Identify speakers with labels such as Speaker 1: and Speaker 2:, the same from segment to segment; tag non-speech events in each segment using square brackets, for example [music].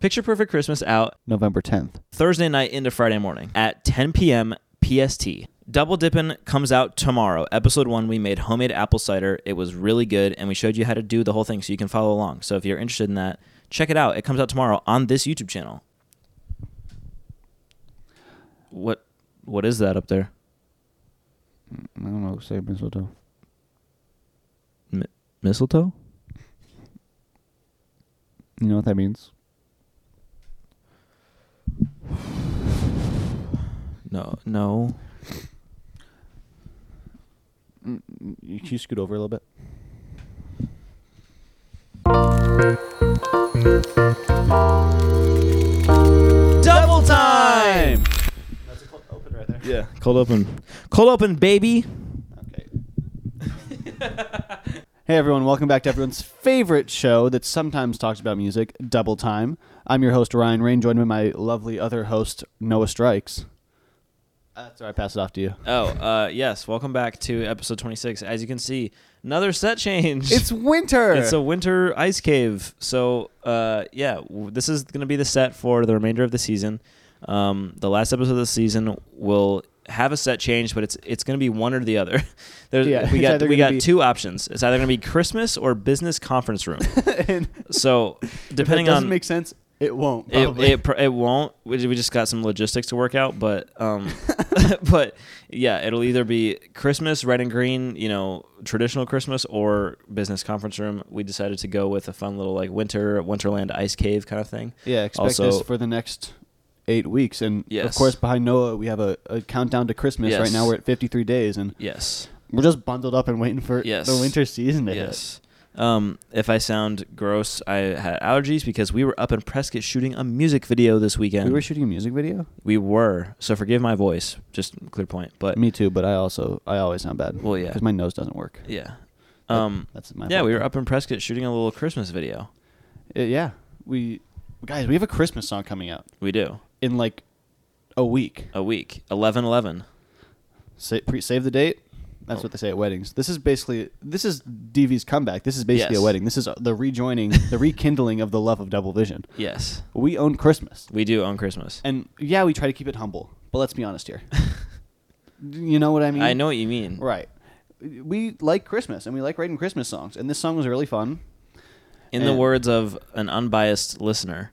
Speaker 1: Picture Perfect Christmas out
Speaker 2: November 10th.
Speaker 1: Thursday night into Friday morning at 10 p.m. PST. Double Dippin' comes out tomorrow. Episode one, we made homemade apple cider. It was really good, and we showed you how to do the whole thing so you can follow along. So if you're interested in that, check it out. It comes out tomorrow on this YouTube channel. What what is that up there?
Speaker 2: I don't know. Say mistletoe.
Speaker 1: M- mistletoe?
Speaker 2: You know what that means?
Speaker 1: No, no.
Speaker 2: You, can you scoot over a little bit?
Speaker 1: Double time.
Speaker 2: That's a cold open right there.
Speaker 1: Yeah, cold open. Cold open, baby.
Speaker 2: Okay. hey everyone, welcome back to everyone's favorite show that sometimes talks about music, Double Time. I'm your host Ryan Rain, joined by my lovely other host Noah Strikes. Uh, That's all right. Pass it off to you.
Speaker 1: Oh, uh, yes. Welcome back to episode 26. As you can see, another set change.
Speaker 2: It's winter.
Speaker 1: It's a winter ice cave. So, uh, yeah, w- this is going to be the set for the remainder of the season. Um, the last episode of the season will have a set change, but it's it's going to be one or the other. [laughs] There's,
Speaker 2: Yeah,
Speaker 1: we
Speaker 2: it's
Speaker 1: got
Speaker 2: either
Speaker 1: we
Speaker 2: gonna
Speaker 1: got
Speaker 2: be-
Speaker 1: two options. It's either going to be Christmas or business conference room.
Speaker 2: [laughs] And [laughs]
Speaker 1: so, depending
Speaker 2: if that doesn't
Speaker 1: on
Speaker 2: make sense, it won't.
Speaker 1: it,
Speaker 2: probably.
Speaker 1: it pr- it won't. We ju- we just got some logistics to work out, but
Speaker 2: [laughs]
Speaker 1: um, [laughs] but yeah, it'll either be Christmas red and green, you know, traditional Christmas or business conference room. We decided to go with a fun little like winter Winterland ice cave kind of thing.
Speaker 2: yeah. Expect
Speaker 1: also-
Speaker 2: this for the next eight weeks, and of
Speaker 1: Yes.
Speaker 2: course, behind Noah, we have a, a countdown to Christmas.
Speaker 1: Yes.
Speaker 2: Right now, we're at 53 days, and
Speaker 1: Yes,
Speaker 2: we're just bundled up and waiting for
Speaker 1: Yes.
Speaker 2: the winter season to hit.
Speaker 1: yes. Um, if I sound gross, I had allergies because we were up in Prescott shooting a music video this weekend.
Speaker 2: We were shooting a music video.
Speaker 1: we were. So forgive my voice. Just clear point, but
Speaker 2: Me too, but I also I always sound bad.
Speaker 1: Well, yeah.
Speaker 2: because my nose doesn't work.
Speaker 1: yeah.
Speaker 2: But
Speaker 1: Um,
Speaker 2: that's my
Speaker 1: yeah,
Speaker 2: fault.
Speaker 1: we were up in Prescott shooting a little Christmas video.
Speaker 2: Uh, yeah, we guys, we have a Christmas song coming out
Speaker 1: We do.
Speaker 2: in like a week.
Speaker 1: A week. 11 11.
Speaker 2: Sa- pre- save the date. That's
Speaker 1: Oh.
Speaker 2: what they say at weddings. This is basically this is DV's comeback. This is basically
Speaker 1: Yes.
Speaker 2: a wedding. This is uh, the rejoining, the rekindling of the love of Double Vision.
Speaker 1: Yes.
Speaker 2: We own Christmas,
Speaker 1: We do on Christmas.
Speaker 2: and yeah, we try to keep it humble. But let's be honest here. you know what I
Speaker 1: [laughs]
Speaker 2: mean?
Speaker 1: I know what you mean.
Speaker 2: Right. We like Christmas and we like writing Christmas songs. And this song was really fun.
Speaker 1: In the
Speaker 2: And-
Speaker 1: words of an unbiased listener,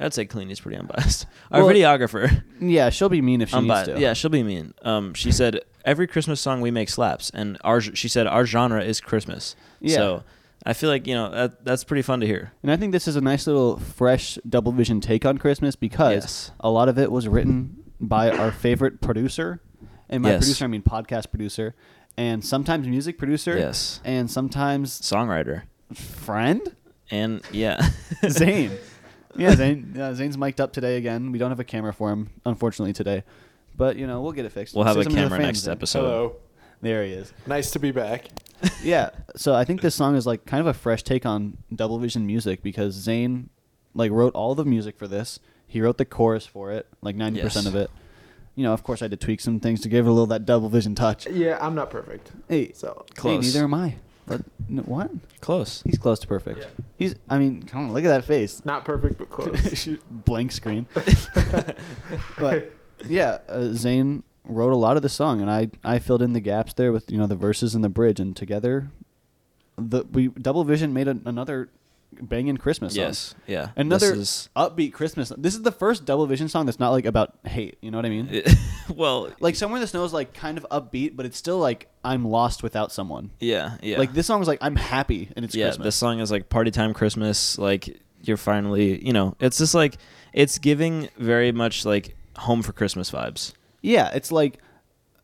Speaker 1: I'd say Cleanie's pretty unbiased. [laughs] Our
Speaker 2: Well,
Speaker 1: videographer,
Speaker 2: Yeah, she'll be mean if she needs
Speaker 1: unbiased.
Speaker 2: to.
Speaker 1: Yeah, she'll be mean. Um, she said every Christmas song we make slaps, and our she said our genre is Christmas.
Speaker 2: Yeah.
Speaker 1: So I feel like you know that that's pretty fun to hear.
Speaker 2: And I think this is a nice little fresh double vision take on Christmas because
Speaker 1: Yes.
Speaker 2: a lot of it was written by our favorite producer. And by
Speaker 1: Yes.
Speaker 2: producer, I mean podcast producer. And sometimes music producer.
Speaker 1: Yes.
Speaker 2: And sometimes
Speaker 1: Songwriter [laughs]
Speaker 2: friend?
Speaker 1: and
Speaker 2: [laughs]
Speaker 1: yeah, [laughs]
Speaker 2: Zane. Yeah, Zane. Yeah, Zane's mic'd up today again. We don't have a camera for him, unfortunately, today. But, you know, we'll get it fixed.
Speaker 1: We'll have
Speaker 2: Say
Speaker 1: a
Speaker 2: something to the
Speaker 1: camera
Speaker 2: fans,
Speaker 1: next
Speaker 2: Zane.
Speaker 1: episode.
Speaker 3: Hello.
Speaker 2: There he is.
Speaker 3: Nice to be back.
Speaker 2: yeah. So I think this song is like kind of a fresh take on Double Vision music because Zane like wrote all the music for this. He wrote the chorus for it, like ninety percent
Speaker 1: Yes.
Speaker 2: of it. You know, of course, I had to tweak some things to give it a little that Double Vision touch.
Speaker 3: Yeah, I'm not perfect.
Speaker 2: Hey,
Speaker 3: So
Speaker 2: hey,
Speaker 1: Close.
Speaker 2: neither am I. But, no, what?
Speaker 1: close.
Speaker 2: He's close to perfect.
Speaker 3: Yeah.
Speaker 2: He's. I mean, come on, look at that face.
Speaker 3: not perfect,
Speaker 2: [laughs]
Speaker 3: but close.
Speaker 2: Blank
Speaker 3: [laughs]
Speaker 2: screen. but yeah, uh, Zane wrote a lot of the song, and I I filled in the gaps there with you know the verses and the bridge, and together, the we Double Vision made an another banging Christmas song.
Speaker 1: Yes. Yeah.
Speaker 2: Another
Speaker 1: This is-
Speaker 2: upbeat Christmas. This is the first Double Vision song that's not like about hate. You know what I
Speaker 1: [laughs]
Speaker 2: mean?
Speaker 1: [laughs] well.
Speaker 2: like somewhere in the snow is like kind of upbeat, but it's still like I'm lost without someone.
Speaker 1: Yeah. Yeah.
Speaker 2: Like this song is like I'm happy and it's
Speaker 1: yeah,
Speaker 2: Christmas.
Speaker 1: this song is like party time Christmas. Like you're finally, you know, it's just like it's giving very much like home for Christmas vibes.
Speaker 2: Yeah, it's like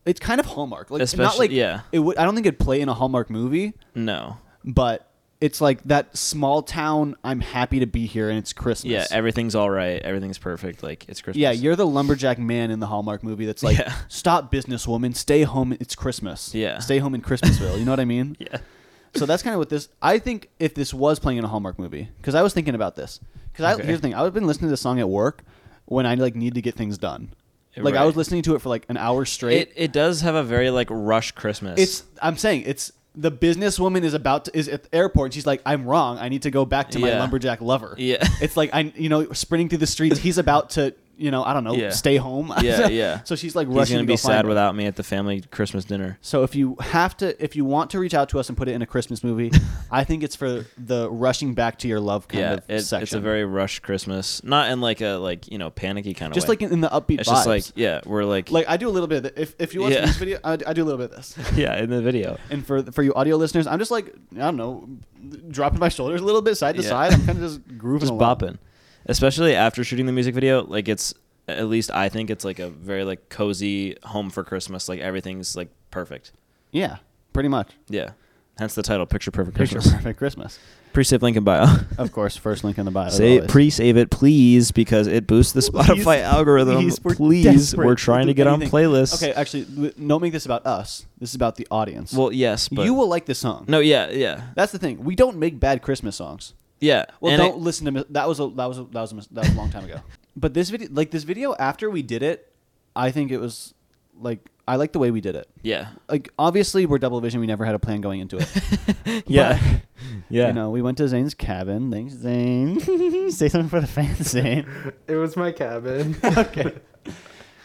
Speaker 2: it's kind of Hallmark. Like not
Speaker 1: Especially-
Speaker 2: like
Speaker 1: yeah.
Speaker 2: It would. I don't think it'd play in a Hallmark movie,
Speaker 1: No,
Speaker 2: but it's like that small town. I'm happy to be here, and it's Christmas.
Speaker 1: yeah, everything's all right, everything's perfect. Like it's Christmas.
Speaker 2: yeah. You're the lumberjack man in the Hallmark movie. That's like,
Speaker 1: Yeah.
Speaker 2: stop, businesswoman, stay home. It's Christmas.
Speaker 1: Yeah.
Speaker 2: stay home in Christmasville. you know what I mean?
Speaker 1: [laughs] yeah,
Speaker 2: So that's kind of what this. I think if this was playing in a Hallmark movie, because I was thinking about this. Because
Speaker 1: Okay.
Speaker 2: here's the thing, I've been listening to this song at work when I like need to get things done. Like I
Speaker 1: Right.
Speaker 2: was listening to it for like an hour straight.
Speaker 1: it it does have a very like rush Christmas.
Speaker 2: It's. I'm saying it's the businesswoman is about to, is at the airport. And she's like, "I'm wrong. I need to go back to my
Speaker 1: Yeah.
Speaker 2: lumberjack lover."
Speaker 1: Yeah. [laughs]
Speaker 2: it's like I, you know, sprinting through the streets. He's about to, you know, I don't know,
Speaker 1: Yeah.
Speaker 2: stay home.
Speaker 1: Yeah, yeah.
Speaker 2: [laughs] So she's like
Speaker 1: He's
Speaker 2: rushing
Speaker 1: gonna
Speaker 2: to go
Speaker 1: be
Speaker 2: find
Speaker 1: sad
Speaker 2: her.
Speaker 1: without me at the family Christmas dinner.
Speaker 2: So if you have to, if you want to reach out to us and put it in a
Speaker 1: [laughs]
Speaker 2: Christmas movie, I think it's for the rushing back to your love kind
Speaker 1: yeah,
Speaker 2: of
Speaker 1: it-
Speaker 2: section.
Speaker 1: it's a very rush Christmas, not in like a like you know panicky kind of
Speaker 2: just
Speaker 1: way.
Speaker 2: like in, in the upbeat
Speaker 1: it's
Speaker 2: vibes.
Speaker 1: just like yeah, we're like,
Speaker 2: Like, I do a little bit. Of th- if if you watch
Speaker 1: Yeah.
Speaker 2: this video, I, I do a little bit of this.
Speaker 1: [laughs] yeah in the video.
Speaker 2: And for for you audio listeners, I'm just like I don't know, dropping my shoulders a little bit side to
Speaker 1: Yeah.
Speaker 2: side. I'm
Speaker 1: [laughs]
Speaker 2: kind of just grooving,
Speaker 1: just
Speaker 2: along.
Speaker 1: bopping especially after shooting the music video like it's at least i think it's like a very like cozy home for christmas like everything's like perfect
Speaker 2: Yeah, pretty much.
Speaker 1: yeah hence the title picture perfect
Speaker 2: Picture
Speaker 1: christmas
Speaker 2: perfect Christmas.
Speaker 1: [laughs] pre-save link in bio [laughs]
Speaker 2: Of course, first link in the bio. as
Speaker 1: Say,
Speaker 2: always.
Speaker 1: pre-save it please because it boosts the spotify
Speaker 2: [laughs] Please.
Speaker 1: algorithm please
Speaker 2: Please,
Speaker 1: we're,
Speaker 2: we're desperate. We'll
Speaker 1: trying to
Speaker 2: do
Speaker 1: get on
Speaker 2: anything.
Speaker 1: playlists
Speaker 2: Okay, actually, w- don't make this about us. This is about the audience.
Speaker 1: well yes but
Speaker 2: you will like this song.
Speaker 1: no yeah yeah
Speaker 2: That's the thing. We don't make bad Christmas songs.
Speaker 1: yeah
Speaker 2: Well,
Speaker 1: And
Speaker 2: don't
Speaker 1: it-
Speaker 2: listen to mi- that was a that was a, that was a, mis- that was a long
Speaker 1: [laughs]
Speaker 2: time ago. But this video, like this video, after we did it, I think it was like I like the way we did it.
Speaker 1: yeah
Speaker 2: Like obviously we're double vision. We never had a plan
Speaker 1: [laughs]
Speaker 2: going into it.
Speaker 1: yeah
Speaker 2: [laughs]
Speaker 1: yeah
Speaker 2: You know, we went to Zane's cabin. Thanks, Zane. [laughs] Say something for the fans, Zane.
Speaker 3: It was my cabin.
Speaker 2: okay.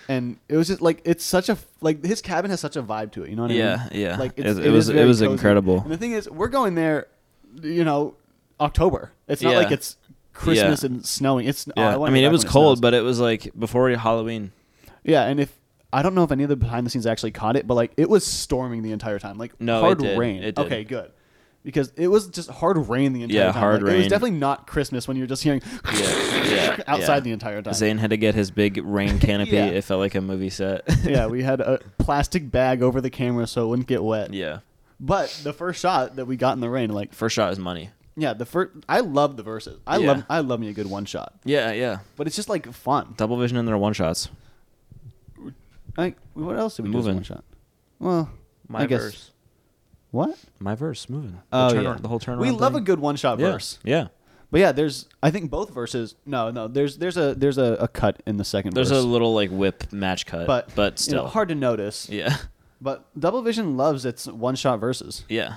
Speaker 2: And it was just like it's such a like his cabin has such a vibe to it. You know what I
Speaker 1: Yeah,
Speaker 2: mean?
Speaker 1: yeah.
Speaker 2: Like
Speaker 1: It- it was-
Speaker 2: is
Speaker 1: it
Speaker 2: very
Speaker 1: was
Speaker 2: cozy.
Speaker 1: incredible.
Speaker 2: And the thing is, we're going there, you know, October. It's not
Speaker 1: Yeah.
Speaker 2: like it's Christmas and snowing. It's oh,
Speaker 1: yeah.
Speaker 2: wanna
Speaker 1: i mean
Speaker 2: go
Speaker 1: it
Speaker 2: back
Speaker 1: was
Speaker 2: when
Speaker 1: cold
Speaker 2: snows.
Speaker 1: but it was like before halloween
Speaker 2: yeah. And if I don't know if any of the behind the scenes actually caught it, but like it was storming the entire time, like
Speaker 1: No, it
Speaker 2: hard
Speaker 1: did.
Speaker 2: rain.
Speaker 1: It did.
Speaker 2: Okay, good. Because it was just hard rain the entire
Speaker 1: Yeah,
Speaker 2: time.
Speaker 1: hard
Speaker 2: Like, It was
Speaker 1: rain.
Speaker 2: definitely not Christmas when you're just hearing [laughs]
Speaker 1: yeah, yeah
Speaker 2: [coughs] outside
Speaker 1: yeah.
Speaker 2: the entire time.
Speaker 1: Zane had to get his big
Speaker 2: [laughs]
Speaker 1: rain canopy.
Speaker 2: Yeah.
Speaker 1: It felt like a movie set.
Speaker 2: [laughs] yeah, we had a plastic bag over the camera so it wouldn't get
Speaker 1: [laughs]
Speaker 2: wet.
Speaker 1: yeah.
Speaker 2: But the first shot that we got in the rain, like
Speaker 1: First shot is money.
Speaker 2: yeah, the first I love the verses. I
Speaker 1: Yeah.
Speaker 2: love I love me a good one shot.
Speaker 1: Yeah, yeah.
Speaker 2: But it's just like fun.
Speaker 1: Double vision and their one shots.
Speaker 2: Like what else did we do as
Speaker 1: Moving.
Speaker 2: one shot? Well, I guess what?
Speaker 1: My verse moving. The,
Speaker 2: Oh,
Speaker 1: turn-
Speaker 2: yeah.
Speaker 1: the whole turnaround.
Speaker 2: We love a
Speaker 1: thing.
Speaker 2: good one shot
Speaker 1: yeah.
Speaker 2: verse.
Speaker 1: Yeah.
Speaker 2: But yeah, there's I think both verses. No, no, there's there's a there's a, a cut in the second
Speaker 1: There's
Speaker 2: verse.
Speaker 1: a little like whip match cut,
Speaker 2: but
Speaker 1: but but
Speaker 2: you know,
Speaker 1: still
Speaker 2: hard to
Speaker 1: [laughs]
Speaker 2: notice.
Speaker 1: Yeah,
Speaker 2: But Double Vision loves its one shot verses.
Speaker 1: yeah.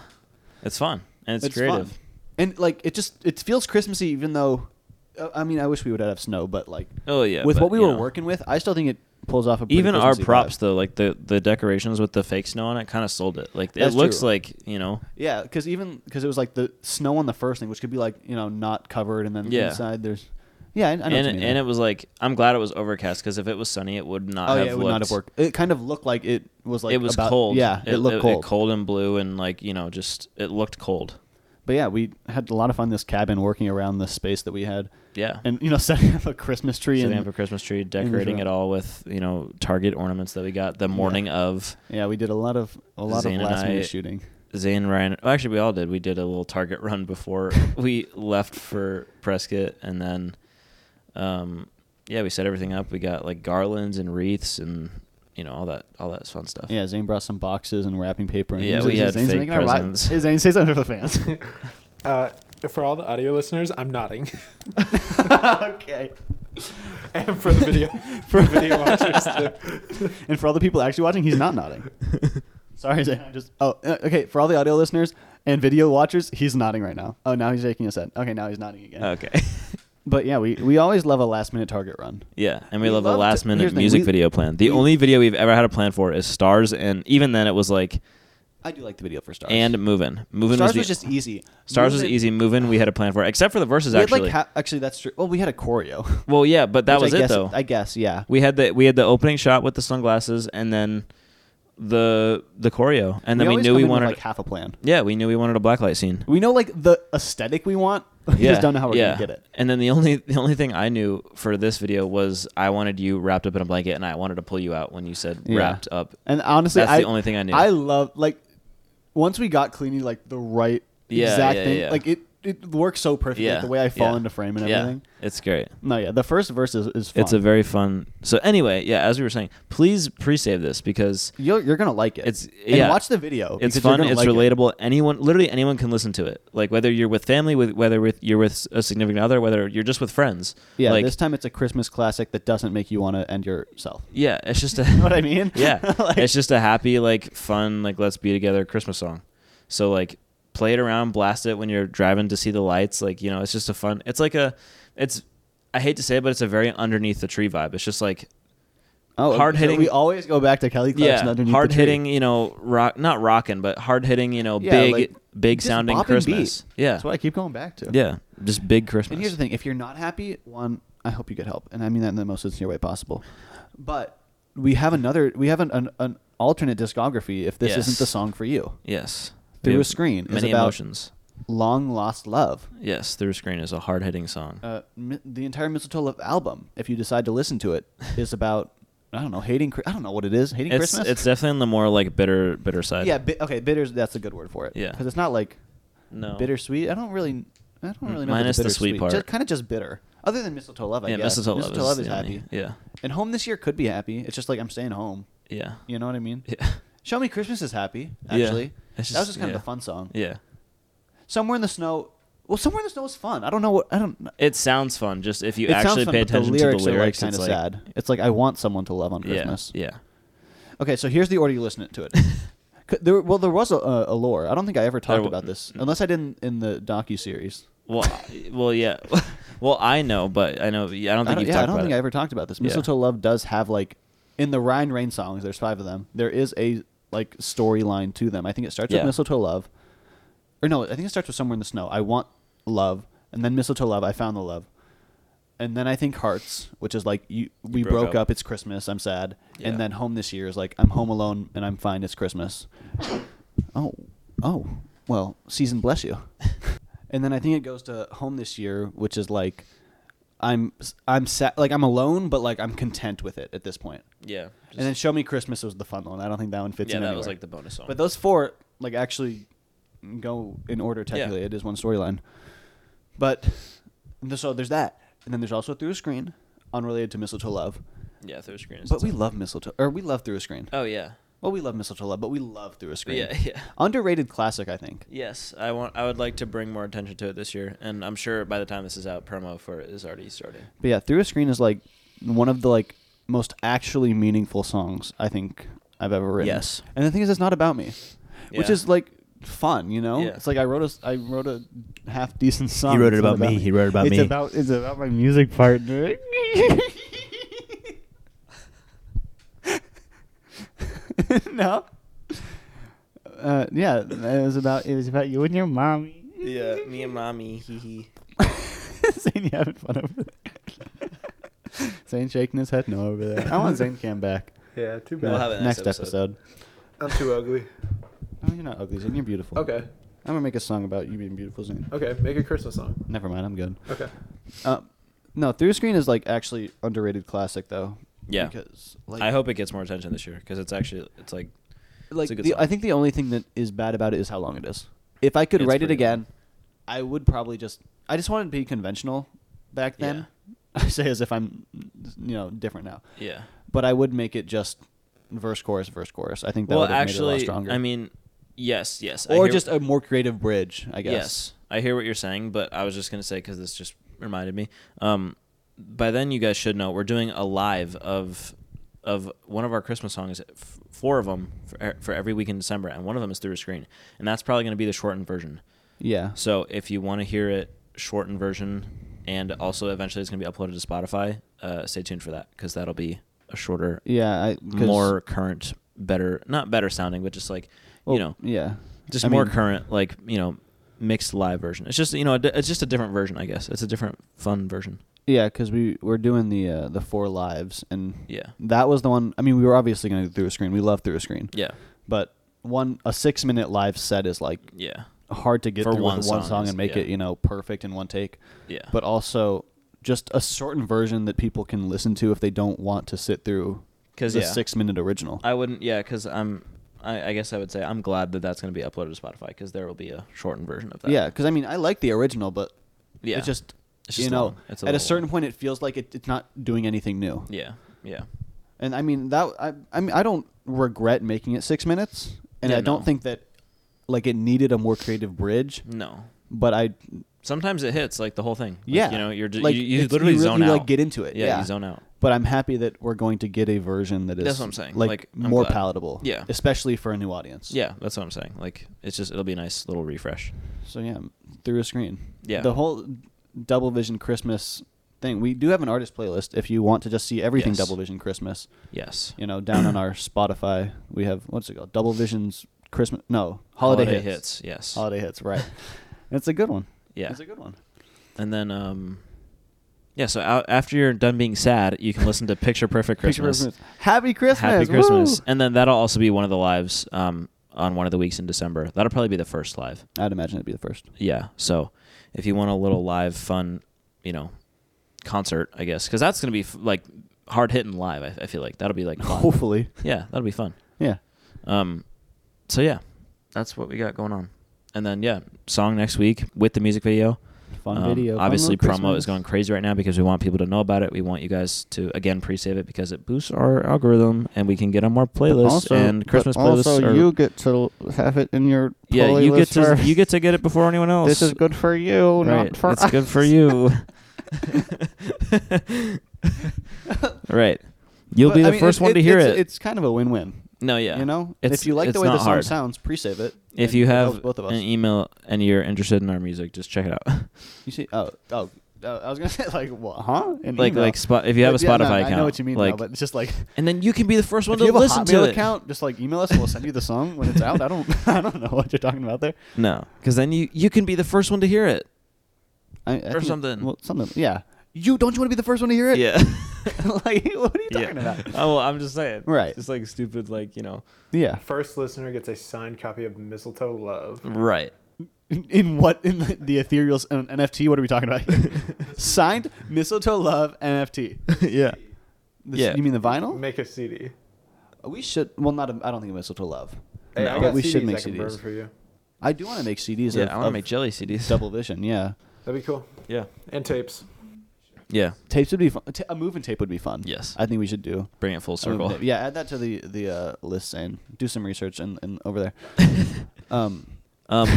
Speaker 1: It's fun and it's,
Speaker 2: fun.
Speaker 1: creative.
Speaker 2: And like it just it feels Christmassy, even though uh, I mean I wish we would have snow, but like
Speaker 1: Oh yeah.
Speaker 2: with
Speaker 1: but,
Speaker 2: what we
Speaker 1: you
Speaker 2: were
Speaker 1: know.
Speaker 2: working with, I still think it pulls off a pretty
Speaker 1: Even our
Speaker 2: Christmassy
Speaker 1: props
Speaker 2: vibe.
Speaker 1: though, like the the decorations with the fake snow on it, kind of sold it. Like
Speaker 2: That's
Speaker 1: it looks
Speaker 2: true.
Speaker 1: like you know.
Speaker 2: Yeah, because even because it was like the snow on the first thing, which could be like you know not covered, and then
Speaker 1: Yeah.
Speaker 2: inside there's yeah, I, I know what
Speaker 1: and,
Speaker 2: you mean.
Speaker 1: it, and it was like I'm glad it was overcast because if it was sunny, it would not
Speaker 2: oh yeah,
Speaker 1: have
Speaker 2: it would
Speaker 1: looked.
Speaker 2: not have worked. It kind of looked like it was like
Speaker 1: it was
Speaker 2: about-
Speaker 1: cold.
Speaker 2: Yeah, it, looked cold.
Speaker 1: cold and blue, and like you know, just it looked cold.
Speaker 2: But yeah, we had a lot of fun this cabin working around the space that we had,
Speaker 1: Yeah,
Speaker 2: and you know [laughs] setting up a Christmas tree
Speaker 1: setting up
Speaker 2: and
Speaker 1: a Christmas tree, decorating
Speaker 2: room.
Speaker 1: it all with you know Target ornaments that we got the morning of.
Speaker 2: yeah, we did a lot of a lot
Speaker 1: Zane
Speaker 2: of
Speaker 1: and
Speaker 2: last minute
Speaker 1: I-
Speaker 2: shooting.
Speaker 1: Zane Ryan. well, actually, we all did. We did a little Target run
Speaker 2: [laughs]
Speaker 1: before we left for Prescott, and then, um, yeah, we set everything up. We got like garlands and wreaths and you know all that all that fun stuff.
Speaker 2: Yeah, Zane brought some boxes and wrapping paper. And
Speaker 1: Yeah,
Speaker 2: Zane's-
Speaker 1: we had
Speaker 2: Zane's
Speaker 1: fake
Speaker 2: making our li-
Speaker 1: presents.
Speaker 2: Hey, Zane, say something for the fans.
Speaker 3: Uh, for all the audio listeners, I'm nodding.
Speaker 2: [laughs] okay.
Speaker 3: [laughs] and for the video, for video watchers, too.
Speaker 2: And for all the people actually watching, he's
Speaker 1: [laughs]
Speaker 2: not nodding. Sorry, Zane. I just. Oh, uh, okay. For all the audio listeners and video watchers, he's nodding right now. Oh, now he's shaking his head. Okay, now he's nodding
Speaker 1: [laughs]
Speaker 2: again.
Speaker 1: Okay. [laughs]
Speaker 2: But yeah, we, we always love a last minute target run.
Speaker 1: Yeah, and we,
Speaker 2: We
Speaker 1: love the
Speaker 2: love to-
Speaker 1: last minute
Speaker 2: here's the thing,
Speaker 1: music
Speaker 2: we-
Speaker 1: video plan. The
Speaker 2: we-
Speaker 1: only video we've ever had a plan for is Stars, and even then it was like
Speaker 2: I do like the video for stars.
Speaker 1: and Movin. Movin
Speaker 2: stars
Speaker 1: was, the-
Speaker 2: was just easy.
Speaker 1: Stars was
Speaker 2: Moving-
Speaker 1: easy. Movin we had a plan for, except for the verses
Speaker 2: We had
Speaker 1: actually.
Speaker 2: like ha- actually that's true. Well, we had a choreo.
Speaker 1: well, yeah, but that
Speaker 2: [laughs] which
Speaker 1: was
Speaker 2: I
Speaker 1: it
Speaker 2: guess,
Speaker 1: though.
Speaker 2: I guess yeah.
Speaker 1: we had the we had the opening shot with the sunglasses, and then the the choreo, and then we,
Speaker 2: always
Speaker 1: knew
Speaker 2: come
Speaker 1: we
Speaker 2: in with,
Speaker 1: wanted.
Speaker 2: like half a plan.
Speaker 1: yeah, we knew we wanted a blacklight scene.
Speaker 2: We know like the aesthetic we want. [laughs] We
Speaker 1: yeah,
Speaker 2: just don't know how we're
Speaker 1: yeah.
Speaker 2: gonna get it.
Speaker 1: And then the only the only thing I knew for this video was I wanted you wrapped up in a blanket, and I wanted to pull you out when you said
Speaker 2: Yeah.
Speaker 1: wrapped up.
Speaker 2: And honestly,
Speaker 1: That's
Speaker 2: I,
Speaker 1: the only thing I knew.
Speaker 2: I love like once we got Cleany like the right
Speaker 1: Yeah,
Speaker 2: exact
Speaker 1: yeah,
Speaker 2: thing.
Speaker 1: yeah.
Speaker 2: Like it, it works so perfect. Like, the way I fall into frame and
Speaker 1: Yeah.
Speaker 2: everything.
Speaker 1: It's great.
Speaker 2: No, yeah, the first verse is, is fun.
Speaker 1: It's a very fun. So anyway, yeah, as we were saying, please pre-save this because
Speaker 2: you're, you're gonna like it.
Speaker 1: It's-
Speaker 2: and
Speaker 1: yeah.
Speaker 2: watch the video.
Speaker 1: it's
Speaker 2: because you're
Speaker 1: fun,
Speaker 2: gonna
Speaker 1: it's
Speaker 2: like it.
Speaker 1: relatable. Anyone, literally anyone can listen to it. Like whether you're with family, with whether with you're with a significant other, whether you're just with friends.
Speaker 2: Yeah,
Speaker 1: like
Speaker 2: this time it's a Christmas classic that doesn't make you want to end yourself. [laughs]
Speaker 1: yeah, it's just a
Speaker 2: You know what I mean?
Speaker 1: yeah,
Speaker 2: [laughs] Like-
Speaker 1: it's just a happy, like fun, like let's be together Christmas song. So like play it around, blast it when you're driving to see the lights. Like, you know, it's just a fun it's like a it's I hate to say it, but it's a very underneath the tree vibe. It's just like
Speaker 2: Oh,
Speaker 1: Hard
Speaker 2: so
Speaker 1: hitting-
Speaker 2: We always go back to Kelly Clarkson
Speaker 1: yeah,
Speaker 2: underneath the
Speaker 1: uh, hard
Speaker 2: tree.
Speaker 1: hitting, you know, rock not rocking, but hard hitting, you know,
Speaker 2: Yeah,
Speaker 1: big
Speaker 2: like,
Speaker 1: big
Speaker 2: just
Speaker 1: sounding
Speaker 2: bopping beat.
Speaker 1: Christmas. Yeah.
Speaker 2: That's what I keep going back to.
Speaker 1: Yeah. Just big Christmas.
Speaker 2: And here's the thing: if you're not happy, one, I hope you get help, and I mean that in the most sincere way possible. But we have another, we have an an, an alternate discography. If this
Speaker 1: Yes.
Speaker 2: isn't the song for you,
Speaker 1: Yes.
Speaker 2: Through
Speaker 1: We
Speaker 2: a
Speaker 1: have
Speaker 2: Screen is
Speaker 1: Many
Speaker 2: about-
Speaker 1: emotions.
Speaker 2: long lost love.
Speaker 1: Yes, Through a Screen is a hard hitting song.
Speaker 2: Uh, mi- the entire Mistletoe Love album, if you decide to listen to it, is about I don't know hating. Chri- I don't know what it is. Hating
Speaker 1: it's
Speaker 2: Christmas.
Speaker 1: it's definitely on the more like bitter bitter side.
Speaker 2: yeah. Bi- okay, bitters. That's a good word for it.
Speaker 1: Yeah.
Speaker 2: because it's not like
Speaker 1: No. Mm,
Speaker 2: bittersweet. I don't really, I don't really know.
Speaker 1: minus the sweet part.
Speaker 2: Just, kind of just bitter. Other than Mistletoe Love, I
Speaker 1: Yeah,
Speaker 2: guess.
Speaker 1: Mistletoe Love is
Speaker 2: is,
Speaker 1: the only-
Speaker 2: happy.
Speaker 1: yeah.
Speaker 2: And home this year could be happy. It's just like I'm staying home.
Speaker 1: Yeah.
Speaker 2: You know what I mean?
Speaker 1: Yeah. [laughs]
Speaker 2: Show Me Christmas is happy,
Speaker 1: Yeah.
Speaker 2: actually.
Speaker 1: It's
Speaker 2: that was
Speaker 1: just-
Speaker 2: just kind
Speaker 1: yeah.
Speaker 2: of a fun song.
Speaker 1: Yeah.
Speaker 2: Somewhere in the Snow. Well, Somewhere in the Snow is fun. I don't know what. I don't.
Speaker 1: It sounds fun. Just if you
Speaker 2: it sounds
Speaker 1: actually
Speaker 2: fun,
Speaker 1: pay
Speaker 2: but
Speaker 1: attention
Speaker 2: the
Speaker 1: to the
Speaker 2: lyrics
Speaker 1: lyrics,
Speaker 2: are like
Speaker 1: it's
Speaker 2: kind of
Speaker 1: like
Speaker 2: sad. It's like I want someone to love on
Speaker 1: Yeah.
Speaker 2: Christmas.
Speaker 1: Yeah.
Speaker 2: Okay, so here's the order you listen
Speaker 1: [laughs]
Speaker 2: to it. C- there, well, there was a, a lore. I don't think I ever
Speaker 1: w-
Speaker 2: talked
Speaker 1: mm.
Speaker 2: about this, unless I didn't in the docu series.
Speaker 1: Well, I- well, yeah. [laughs] well, I know, but I know. yeah, I don't think you've
Speaker 2: yeah,
Speaker 1: talked
Speaker 2: I don't
Speaker 1: about
Speaker 2: think
Speaker 1: it.
Speaker 2: I ever talked about this.
Speaker 1: Yeah.
Speaker 2: Mistletoe Love does have like in the Rhine Rain songs. There's five of them. There is a like storyline to them. I think it starts
Speaker 1: Yeah.
Speaker 2: with Mistletoe Love, or no, I think it starts with Somewhere in the Snow. I want love, and then Mistletoe Love. I found the love, and then I think Hearts, which is like you, we
Speaker 1: broke
Speaker 2: broke,
Speaker 1: up.
Speaker 2: up. It's Christmas. I'm sad,
Speaker 1: Yeah.
Speaker 2: and then Home this year is like I'm home alone and I'm fine. It's Christmas. Oh, oh, well, season
Speaker 1: [laughs]
Speaker 2: bless you. and then I think it goes to home this year, which is like, I'm I'm sad, like I'm alone, but like I'm content with it at this point.
Speaker 1: Yeah.
Speaker 2: and then show me Christmas was the fun one. I don't think that one fits.
Speaker 1: yeah,
Speaker 2: in
Speaker 1: that
Speaker 2: anywhere.
Speaker 1: was like the bonus song.
Speaker 2: But those four like actually go in order. Technically, it is one storyline. But th- so there's that, and then there's also through a screen, unrelated to mistletoe love.
Speaker 1: yeah, through a screen. is
Speaker 2: But we
Speaker 1: its own-
Speaker 2: love mistletoe, or we love through a screen.
Speaker 1: Oh yeah.
Speaker 2: Well, we love mistletoe love, but we love through a screen.
Speaker 1: Yeah, yeah.
Speaker 2: Underrated classic, I think.
Speaker 1: Yes, I want. I would like to bring more attention to it this year, and I'm sure by the time this is out, promo for it is already starting.
Speaker 2: But yeah, through a screen is like one of the like most actually meaningful songs I think I've ever written.
Speaker 1: Yes.
Speaker 2: And the thing is, it's not about me, which
Speaker 1: Yeah.
Speaker 2: is like fun. You know,
Speaker 1: Yeah.
Speaker 2: it's like I wrote a s- I wrote a half decent song.
Speaker 4: He wrote it
Speaker 2: It's not
Speaker 4: about me. He wrote it about
Speaker 2: it's
Speaker 4: me.
Speaker 2: About, it's about my music partner. [laughs] [laughs] no. Uh, yeah, it was about it was Uh, about you and your mommy.
Speaker 1: Yeah, me and
Speaker 2: [laughs]
Speaker 1: mommy. Hee hee.
Speaker 2: Zane, you having fun over there? [laughs] Zane shaking his head no over there. I want Zane Cam back.
Speaker 3: Yeah, too
Speaker 1: We'll
Speaker 3: bad.
Speaker 2: No,
Speaker 1: have it
Speaker 2: next
Speaker 1: next episode.
Speaker 2: episode.
Speaker 3: I'm too ugly.
Speaker 2: No, you're not ugly, Zane. You're beautiful.
Speaker 3: Okay.
Speaker 2: I'm gonna make a song about you being beautiful, Zane.
Speaker 3: Okay, make a Christmas song.
Speaker 2: Never mind. I'm good.
Speaker 3: Okay.
Speaker 2: Um, no, through screen is like actually underrated classic though.
Speaker 1: Yeah.
Speaker 2: Because like
Speaker 1: I hope it gets more attention this year because it's actually it's like
Speaker 2: like
Speaker 1: it's a good
Speaker 2: the, I
Speaker 1: song.
Speaker 2: think the only thing that is bad about it is how long it is. If I could
Speaker 1: It's
Speaker 2: write it
Speaker 1: pretty
Speaker 2: again,
Speaker 1: long.
Speaker 2: I would probably just I just wanted to be conventional back then. [laughs] I say as if I'm you know different now.
Speaker 1: yeah.
Speaker 2: but I would make it just verse chorus verse chorus. I think that
Speaker 1: well,
Speaker 2: would have made it a lot
Speaker 1: actually,
Speaker 2: stronger.
Speaker 1: I mean, yes, yes. I
Speaker 2: or
Speaker 1: hear-
Speaker 2: just a more creative bridge, I guess.
Speaker 1: Yes, I hear what you're saying, but I was just gonna say because this just reminded me. Um, by then you guys should know we're doing a live of of one of our Christmas songs, f- four of them for, e-, for every week in December, and one of them is through a screen, and that's probably gonna be the shortened version.
Speaker 2: Yeah.
Speaker 1: So if you want to hear it shortened version, and also eventually it's gonna be uploaded to Spotify, uh, stay tuned for that because that'll be a shorter,
Speaker 2: yeah, I, 'cause-
Speaker 1: more current, better not better sounding, but just like
Speaker 2: well,
Speaker 1: you know
Speaker 2: Yeah.
Speaker 1: just
Speaker 2: I
Speaker 1: more
Speaker 2: mean,
Speaker 1: current like you know mixed live version it's just you know a di- it's just a different version i guess it's a different fun version
Speaker 2: Yeah, because we we're doing the uh, the four lives, and
Speaker 1: Yeah.
Speaker 2: that was the one. I mean, we were obviously going to do through a screen. We love through a screen.
Speaker 1: yeah
Speaker 2: but one a six minute live set is like
Speaker 1: yeah
Speaker 2: hard to get
Speaker 1: For
Speaker 2: through
Speaker 1: one
Speaker 2: with one
Speaker 1: song
Speaker 2: song
Speaker 1: is-
Speaker 2: and make
Speaker 1: yeah.
Speaker 2: it you know perfect in one take.
Speaker 1: Yeah.
Speaker 2: But also just a shortened version that people can listen to if they don't want to sit through
Speaker 1: 'Cause,
Speaker 2: the
Speaker 1: yeah.
Speaker 2: six minute original.
Speaker 1: i wouldn't yeah because i'm I, I guess i would say i'm glad that that's going to be uploaded to spotify because there will be a shortened version of that
Speaker 2: Yeah, because I mean, I like the original, but
Speaker 1: Yeah.
Speaker 2: it just,
Speaker 1: It's just
Speaker 2: you know,
Speaker 1: long. It's a
Speaker 2: at a
Speaker 1: little
Speaker 2: certain
Speaker 1: long.
Speaker 2: point, it feels like it, it's not doing anything new.
Speaker 1: yeah yeah
Speaker 2: and I mean that I, I mean I don't regret making it six minutes, and
Speaker 1: Yeah,
Speaker 2: I don't
Speaker 1: no.
Speaker 2: think that like it needed a more creative bridge,
Speaker 1: no
Speaker 2: but I.
Speaker 1: sometimes it hits like the whole thing Like,
Speaker 2: yeah,
Speaker 1: you know you're just
Speaker 2: like
Speaker 1: you, you
Speaker 2: it's-
Speaker 1: literally
Speaker 2: really,
Speaker 1: zone out
Speaker 2: like get into it.
Speaker 1: yeah,
Speaker 2: Yeah,
Speaker 1: you zone out
Speaker 2: But I'm happy that we're going to get a version that is
Speaker 1: That's what I'm saying.
Speaker 2: like,
Speaker 1: Like, I'm
Speaker 2: more
Speaker 1: glad.
Speaker 2: palatable.
Speaker 1: Yeah.
Speaker 2: Especially for a new audience.
Speaker 1: Yeah, that's what I'm saying. Like it's just it'll be a nice little refresh.
Speaker 2: So yeah, through a screen.
Speaker 1: Yeah.
Speaker 2: The whole Double Vision Christmas thing. We do have an artist playlist if you want to just see everything
Speaker 1: Yes.
Speaker 2: Double Vision Christmas.
Speaker 1: Yes.
Speaker 2: You know, down on our Spotify, we have what's it called? Double Vision's Christmas. No, holiday, hits.
Speaker 1: Yes.
Speaker 2: Holiday hits. Right. [laughs] it's a good one.
Speaker 1: Yeah.
Speaker 2: It's a good one.
Speaker 1: And then um yeah, so out, after you're done being sad, you can listen to Picture Perfect
Speaker 2: Picture
Speaker 1: Christmas.
Speaker 2: Happy Christmas.
Speaker 1: Happy
Speaker 2: Woo!
Speaker 1: Christmas. And then that'll also be one of the lives um on one of the weeks in December. That'll probably be the first live.
Speaker 2: I'd imagine it'd be the
Speaker 1: [laughs]
Speaker 2: first.
Speaker 1: Yeah. So if you want a little live fun, you know, concert, I guess, cuz that's going to be f- like hard hitting live. I, I feel like that'll be like
Speaker 2: [laughs]
Speaker 1: fun.
Speaker 2: Hopefully.
Speaker 1: Yeah, that'll be fun.
Speaker 2: Yeah.
Speaker 1: Um, so yeah, that's what we got going on. And then yeah, song next week with the music video.
Speaker 2: Fun
Speaker 1: Um,
Speaker 2: video. Fun
Speaker 1: Obviously,
Speaker 2: little
Speaker 1: promo
Speaker 2: Christmas.
Speaker 1: is going crazy right now because we want people to know about it. We want you guys to again pre-save it because it boosts our algorithm and we can get on more playlists
Speaker 2: Also-
Speaker 1: and
Speaker 2: but
Speaker 1: Christmas playlists.
Speaker 4: Also,
Speaker 1: are-
Speaker 4: you get to l- have it in your
Speaker 1: yeah, you get
Speaker 4: playlist
Speaker 1: to
Speaker 4: for-
Speaker 1: you get to get it before
Speaker 2: [laughs]
Speaker 1: anyone else.
Speaker 4: This is good for you,
Speaker 1: Right.
Speaker 4: not for
Speaker 1: it's good for you. [laughs] right. You'll
Speaker 2: But,
Speaker 1: be the
Speaker 2: I mean,
Speaker 1: first
Speaker 2: it-
Speaker 1: one to hear
Speaker 2: it's,
Speaker 1: it.
Speaker 2: It's kind of a win-win.
Speaker 1: no, yeah.
Speaker 2: You know,
Speaker 1: It's-
Speaker 2: if you like
Speaker 1: it's
Speaker 2: the way the
Speaker 1: not
Speaker 2: song
Speaker 1: hard.
Speaker 2: sounds, pre-save it.
Speaker 1: if
Speaker 2: and
Speaker 1: you
Speaker 2: it helps
Speaker 1: have
Speaker 2: both of us,
Speaker 1: an e- email and you're interested in our music, just check it out.
Speaker 2: you
Speaker 1: [laughs]
Speaker 2: see, oh, oh, oh, I was gonna [laughs] say like, what, huh? An
Speaker 1: like
Speaker 2: email.
Speaker 1: like spot if you have
Speaker 2: But
Speaker 1: a
Speaker 2: yeah, no,
Speaker 1: Spotify account.
Speaker 2: I know what you mean,
Speaker 1: Like,
Speaker 2: now, but it's
Speaker 1: [laughs]
Speaker 2: just like
Speaker 1: and then you can be the first one
Speaker 2: if you
Speaker 1: to
Speaker 2: have a
Speaker 1: listen
Speaker 2: Hotmail
Speaker 1: to it.
Speaker 2: account, just like email us, and we'll send you the song when it's out. I don't, [laughs] I don't know what you're talking about there.
Speaker 1: No, because then you you can be the first one to hear it.
Speaker 2: I, I think-
Speaker 1: something.
Speaker 2: Well, something. Yeah. You don't you want to be the first one to hear it? [laughs] like, what are you
Speaker 1: [laughs]
Speaker 2: talking about?
Speaker 1: Oh, well, I'm just saying.
Speaker 2: Right.
Speaker 1: It's like stupid, like you know.
Speaker 2: Yeah.
Speaker 3: First listener gets a signed copy of Mistletoe Love.
Speaker 1: Right.
Speaker 2: In, in what in the, the ethereal s- um, an NFT? What are we
Speaker 1: [laughs]
Speaker 2: talking about? Signed mistletoe love NFT.
Speaker 1: yeah.
Speaker 2: This,
Speaker 1: Yeah.
Speaker 2: You mean the vinyl?
Speaker 3: Make a CD.
Speaker 2: We should. Well, not. A, I don't think mistletoe love.
Speaker 3: Hey,
Speaker 1: No.
Speaker 3: I
Speaker 2: But
Speaker 3: got
Speaker 2: we
Speaker 3: CDs
Speaker 2: should make
Speaker 3: I can
Speaker 2: CDs.
Speaker 3: burn for you.
Speaker 2: I do want to make CDs.
Speaker 1: Yeah.
Speaker 2: of,
Speaker 1: I want to [laughs]
Speaker 2: of
Speaker 1: make jelly CDs.
Speaker 2: double vision. Yeah.
Speaker 3: That'd be cool.
Speaker 1: Yeah.
Speaker 3: And tapes.
Speaker 1: Yeah.
Speaker 2: Tapes would be fun. Ta- a moving tape would be fun.
Speaker 1: Yes.
Speaker 2: I think we should do.
Speaker 1: Bring it full
Speaker 2: a moving
Speaker 1: circle.
Speaker 2: tape. Yeah, add that to the the uh, list and do some research and, and over
Speaker 1: [laughs]
Speaker 2: there. um,
Speaker 1: Um,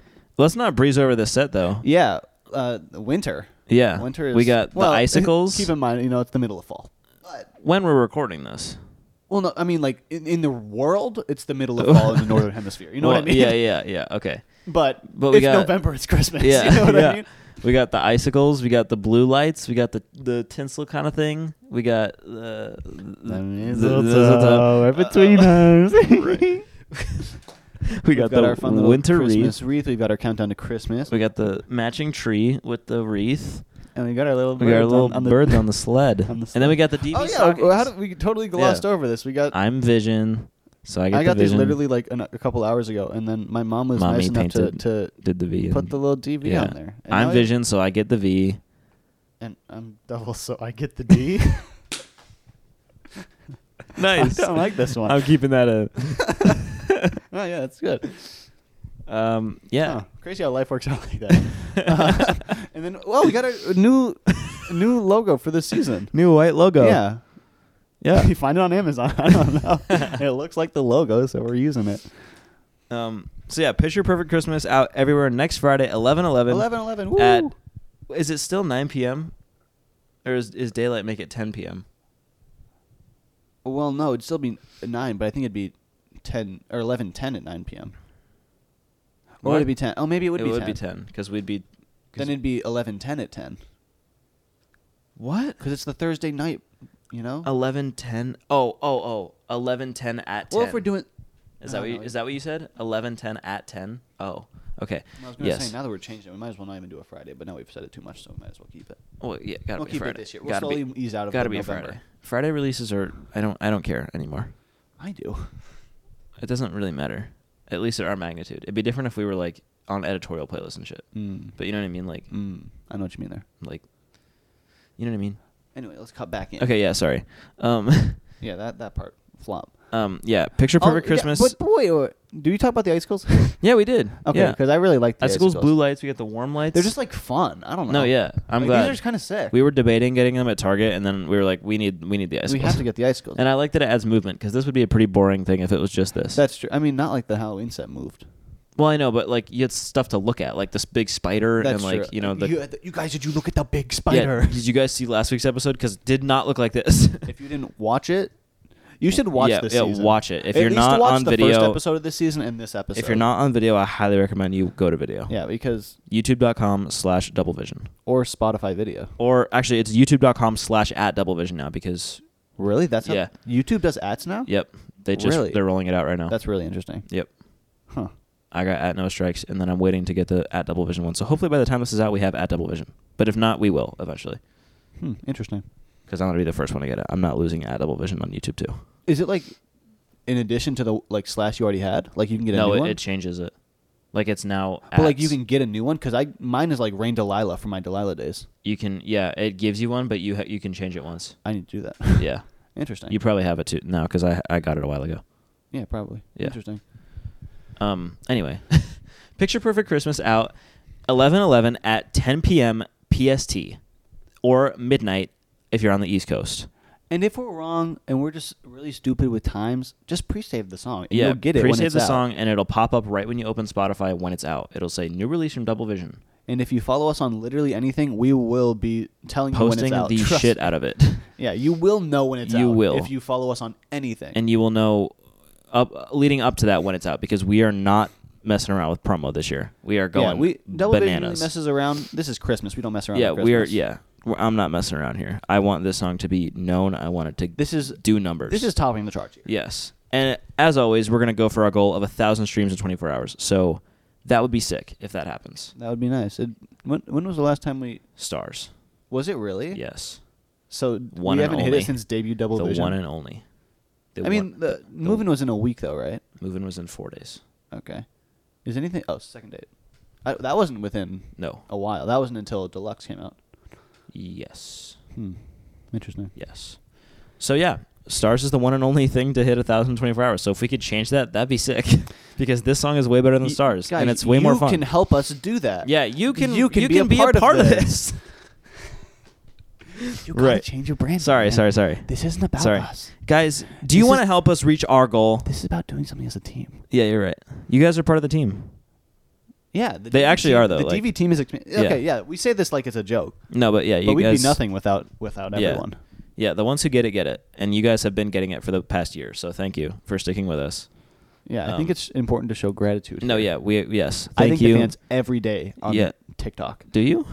Speaker 2: [laughs]
Speaker 1: let's not breeze over this set though.
Speaker 2: yeah, uh, winter.
Speaker 1: Yeah.
Speaker 2: Winter is
Speaker 1: we got
Speaker 2: well, [laughs]
Speaker 1: the icicles.
Speaker 2: Keep in mind, you know, it's the middle of fall. But
Speaker 1: when we're recording this.
Speaker 2: well, no, I mean, like in, in the world, it's the middle of
Speaker 1: [laughs]
Speaker 2: fall in the northern hemisphere. You know
Speaker 1: Well,
Speaker 2: what I mean?
Speaker 1: Yeah. Yeah. Yeah. Okay.
Speaker 2: [laughs] But
Speaker 1: But we
Speaker 2: it's
Speaker 1: got-
Speaker 2: November. It's Christmas.
Speaker 1: Yeah,
Speaker 2: [laughs] you know what
Speaker 1: yeah.
Speaker 2: I mean?
Speaker 1: We got the icicles. We got the blue lights. We got the the tinsel kind of thing. We got uh, the the-
Speaker 2: Uh,
Speaker 4: Mistletoe between
Speaker 2: [laughs]
Speaker 4: us.
Speaker 1: Uh, Right. [laughs] we
Speaker 2: We've
Speaker 1: got,
Speaker 2: got
Speaker 1: the
Speaker 2: our fun little
Speaker 1: winter wreath.
Speaker 2: Christmas wreath. We've got our countdown to Christmas.
Speaker 1: We got the matching tree with the wreath.
Speaker 2: and we got our little
Speaker 1: We got our
Speaker 2: birds
Speaker 1: little
Speaker 2: on, on the,
Speaker 1: birds
Speaker 2: [laughs]
Speaker 1: on the sled.
Speaker 2: on the
Speaker 1: and then we got the DB
Speaker 2: Oh yeah,
Speaker 1: stockings.
Speaker 2: well, how did we totally glossed
Speaker 1: Yeah.
Speaker 2: over this? We got
Speaker 1: I'm Vision, so I
Speaker 2: I,
Speaker 1: get the
Speaker 2: got these
Speaker 1: Vision.
Speaker 2: literally like an, a couple hours ago, and then my mom was
Speaker 1: Mommy
Speaker 2: nice enough to,
Speaker 1: painted
Speaker 2: to
Speaker 1: did the V.
Speaker 2: put
Speaker 1: and-
Speaker 2: the little DV
Speaker 1: yeah.
Speaker 2: on there. And now
Speaker 1: I'm
Speaker 2: I-
Speaker 1: Vision, so I get the V.
Speaker 2: and I'm double, so I get the
Speaker 1: [laughs]
Speaker 2: D. [laughs]
Speaker 1: Nice.
Speaker 2: [laughs] I don't like this one.
Speaker 1: I'm keeping that in.
Speaker 2: [laughs] oh yeah, that's good.
Speaker 1: Um, yeah.
Speaker 2: Huh. crazy how life works out like that. Uh, [laughs] and then, well, we got a new new logo for this season.
Speaker 1: [laughs] New white logo.
Speaker 2: Yeah,
Speaker 1: Yeah. [laughs]
Speaker 2: [laughs] you find it on Amazon. I don't know. [laughs] it looks like the logo, so we're using it.
Speaker 1: Um, so yeah, Picture Perfect Christmas out everywhere next Friday, 11 11.
Speaker 2: 11-11, woo!
Speaker 1: At, is it still 9 p.m.? Or is, is daylight make it 10 p.m.?
Speaker 2: Well, no, it'd still be nine, but I think it'd be ten or eleven ten at nine p.m.
Speaker 1: What?
Speaker 2: Or would it be ten? Oh, maybe it would
Speaker 1: it
Speaker 2: be
Speaker 1: would
Speaker 2: 10.
Speaker 1: be 10 because we'd be. 'cause-
Speaker 2: Then it'd be eleven ten at ten
Speaker 1: what?
Speaker 2: because it's the Thursday night, you know.
Speaker 1: 11 10. Oh, oh, oh. 11 10 at 10.
Speaker 2: Well, if we're doing,
Speaker 1: Is that, what you, is that what you said? 11 10 at 10? Oh, okay.
Speaker 2: I was gonna
Speaker 1: yes.
Speaker 2: say now that we're changing, it, we might as well not even do a Friday. But now we've said it too much, so we might as well keep it.
Speaker 1: Well, yeah, gotta
Speaker 2: We'll
Speaker 1: be
Speaker 2: keep it
Speaker 1: Friday.
Speaker 2: this year. We'll
Speaker 1: gotta
Speaker 2: slowly
Speaker 1: be,
Speaker 2: ease out of
Speaker 1: Gotta
Speaker 2: the
Speaker 1: be a
Speaker 2: November.
Speaker 1: Friday. Friday releases are I don't I don't care anymore.
Speaker 2: I do. [laughs]
Speaker 1: It doesn't really matter. At least at our magnitude, it'd be different if we were like on editorial playlists and shit.
Speaker 2: Mm.
Speaker 1: But you know what I mean, like
Speaker 2: Mm, I know what you mean there.
Speaker 1: like you know what I mean.
Speaker 2: Anyway, let's cut back in.
Speaker 1: Okay, yeah, sorry. Um,
Speaker 2: Yeah, that that part flop.
Speaker 1: [laughs] um, yeah, picture
Speaker 2: Oh,
Speaker 1: perfect
Speaker 2: yeah,
Speaker 1: Christmas.
Speaker 2: but but wait, wait, wait. do you talk about the icicles?
Speaker 1: [laughs] Yeah, we did.
Speaker 2: okay,
Speaker 1: yeah.
Speaker 2: because I really like the
Speaker 1: Icicles, blue lights. We got the warm lights.
Speaker 2: They're just like fun. I don't know.
Speaker 1: no, yeah. I'm
Speaker 2: Like,
Speaker 1: glad.
Speaker 2: These are just kind of sick.
Speaker 1: We were debating getting them at Target, and then we were like, we need we need the icicles.
Speaker 2: We have to get the icicles.
Speaker 1: And I like that it adds movement because this would be a pretty boring thing if it was just this.
Speaker 2: That's true. I mean, not like the Halloween set moved.
Speaker 1: Well, I know, but like you had stuff to look at, like this big spider and like you know the
Speaker 2: you, you guys, did you look at the big
Speaker 1: yeah.
Speaker 2: spider?
Speaker 1: Did you guys see last week's episode? Because it did not look like this.
Speaker 2: [laughs] if you didn't watch it, you should watch
Speaker 1: yeah,
Speaker 2: this
Speaker 1: yeah,
Speaker 2: season.
Speaker 1: watch it. If
Speaker 2: At
Speaker 1: you're
Speaker 2: least
Speaker 1: not
Speaker 2: watch
Speaker 1: on
Speaker 2: the
Speaker 1: video,
Speaker 2: first episode of this season and this episode.
Speaker 1: if you're not on video, I highly recommend you go to video.
Speaker 2: yeah, because
Speaker 1: YouTube.com slash Double Vision,
Speaker 2: or Spotify video.
Speaker 1: or actually, it's YouTube.com slash at Double Vision now because
Speaker 2: Really? That's how
Speaker 1: Yeah.
Speaker 2: YouTube does ads now.
Speaker 1: yep, they just
Speaker 2: Really?
Speaker 1: they're rolling it out right now.
Speaker 2: That's really interesting.
Speaker 1: yep.
Speaker 2: Huh.
Speaker 1: I got at no strikes, and then I'm waiting to get the at Double Vision one. So hopefully, by the time this is out, we have at Double Vision. But if not, we will eventually.
Speaker 2: Hmm, interesting.
Speaker 1: because I'm gonna be the first one to get it. I'm not losing at double vision on YouTube too.
Speaker 2: Is it like in addition to the like slash you already had? Like you can get a
Speaker 1: no,
Speaker 2: new
Speaker 1: it,
Speaker 2: one.
Speaker 1: it changes it. Like it's now.
Speaker 2: but like
Speaker 1: at-
Speaker 2: you can get a new one because I mine is like Rain Delilah from my Delilah days.
Speaker 1: you can yeah, it gives you one, but you ha- you can change it once.
Speaker 2: I need to do that.
Speaker 1: Yeah,
Speaker 2: [laughs] interesting.
Speaker 1: you probably have it too now because I I got it a while ago.
Speaker 2: yeah, probably.
Speaker 1: Yeah.
Speaker 2: Interesting.
Speaker 1: Um. Anyway, [laughs] Picture Perfect Christmas out 11:11 at 10 p.m. PST or midnight if you're on the East Coast.
Speaker 2: And if we're wrong and we're just really stupid with times, just pre-save the song. And
Speaker 1: yeah,
Speaker 2: you'll get it
Speaker 1: pre-save
Speaker 2: when it's
Speaker 1: the
Speaker 2: out.
Speaker 1: song and it'll pop up right when you open Spotify when it's out. It'll say new release from Double Vision,
Speaker 2: And if you follow us on literally anything, we will be telling you
Speaker 1: posting
Speaker 2: when it's out.
Speaker 1: the
Speaker 2: [laughs] Trust
Speaker 1: shit
Speaker 2: me.
Speaker 1: out of it.
Speaker 2: Yeah, you will know when it's out.
Speaker 1: You will.
Speaker 2: if you follow us on anything.
Speaker 1: and you will know up leading up to that when it's out because we are not messing around with promo this year. We are going
Speaker 2: yeah, we double Vision really
Speaker 1: bananas.
Speaker 2: messes around. This is Christmas. We don't mess around.
Speaker 1: yeah,
Speaker 2: on
Speaker 1: we are.
Speaker 2: Christmas.
Speaker 1: Yeah, we're, I'm not messing around here. I want this song to be known. I want it to
Speaker 2: This is
Speaker 1: do numbers.
Speaker 2: this is topping the charts here.
Speaker 1: yes. And as always, we're gonna go for our goal of a thousand streams in 24 hours. So that would be sick if that happens.
Speaker 2: That would be nice. It, when when was the last time we?
Speaker 1: Stars.
Speaker 2: Was it really?
Speaker 1: Yes.
Speaker 2: So
Speaker 1: One
Speaker 2: we
Speaker 1: and
Speaker 2: haven't hit
Speaker 1: only.
Speaker 2: it since debut double
Speaker 1: the
Speaker 2: vision.
Speaker 1: one and only. The
Speaker 2: I mean, the, moving was in a week though, right?
Speaker 1: moving was in four days.
Speaker 2: Okay. Is anything? Oh, second date. I, that wasn't within
Speaker 1: No.
Speaker 2: a while. That wasn't until deluxe came out.
Speaker 1: Yes.
Speaker 2: Hmm. Interesting.
Speaker 1: Yes. So yeah, Stars is the one and only thing to hit 1,024 hours. So if we could change that, that'd be sick. [laughs] because this song is way better than
Speaker 2: Y-
Speaker 1: Stars,
Speaker 2: guys,
Speaker 1: and it's way more
Speaker 2: You can
Speaker 1: fun.
Speaker 2: help us do that.
Speaker 1: yeah, you can.
Speaker 2: You can be a
Speaker 1: be
Speaker 2: part
Speaker 1: a
Speaker 2: of
Speaker 1: part of
Speaker 2: this.
Speaker 1: this.
Speaker 2: [laughs] You gotta
Speaker 1: Right.
Speaker 2: change your brand.
Speaker 1: sorry,
Speaker 2: man.
Speaker 1: sorry, sorry.
Speaker 2: This isn't about
Speaker 1: sorry,
Speaker 2: us.
Speaker 1: guys. Do you
Speaker 2: This
Speaker 1: want to
Speaker 2: is-
Speaker 1: help us reach our goal?
Speaker 2: This is about doing something as a team.
Speaker 1: Yeah, you're right. You guys are part of the team.
Speaker 2: Yeah, the
Speaker 1: They
Speaker 2: DV
Speaker 1: actually
Speaker 2: team-
Speaker 1: are, though,
Speaker 2: The
Speaker 1: like-
Speaker 2: DV team is exp-
Speaker 1: Yeah.
Speaker 2: okay. Yeah. we say this like it's a joke,
Speaker 1: No, but yeah, you
Speaker 2: but we'd
Speaker 1: guys,
Speaker 2: be nothing without without
Speaker 1: Yeah.
Speaker 2: everyone.
Speaker 1: Yeah, the ones who get it get it, and you guys have been getting it for the past year. So thank you for sticking with us.
Speaker 2: Yeah, I
Speaker 1: Um,
Speaker 2: think it's important to show gratitude.
Speaker 1: No,
Speaker 2: here.
Speaker 1: yeah, we yes.
Speaker 2: I
Speaker 1: Thank
Speaker 2: think
Speaker 1: you.
Speaker 2: the fans every day on
Speaker 1: Yeah.
Speaker 2: TikTok.
Speaker 1: Do you?
Speaker 2: [laughs]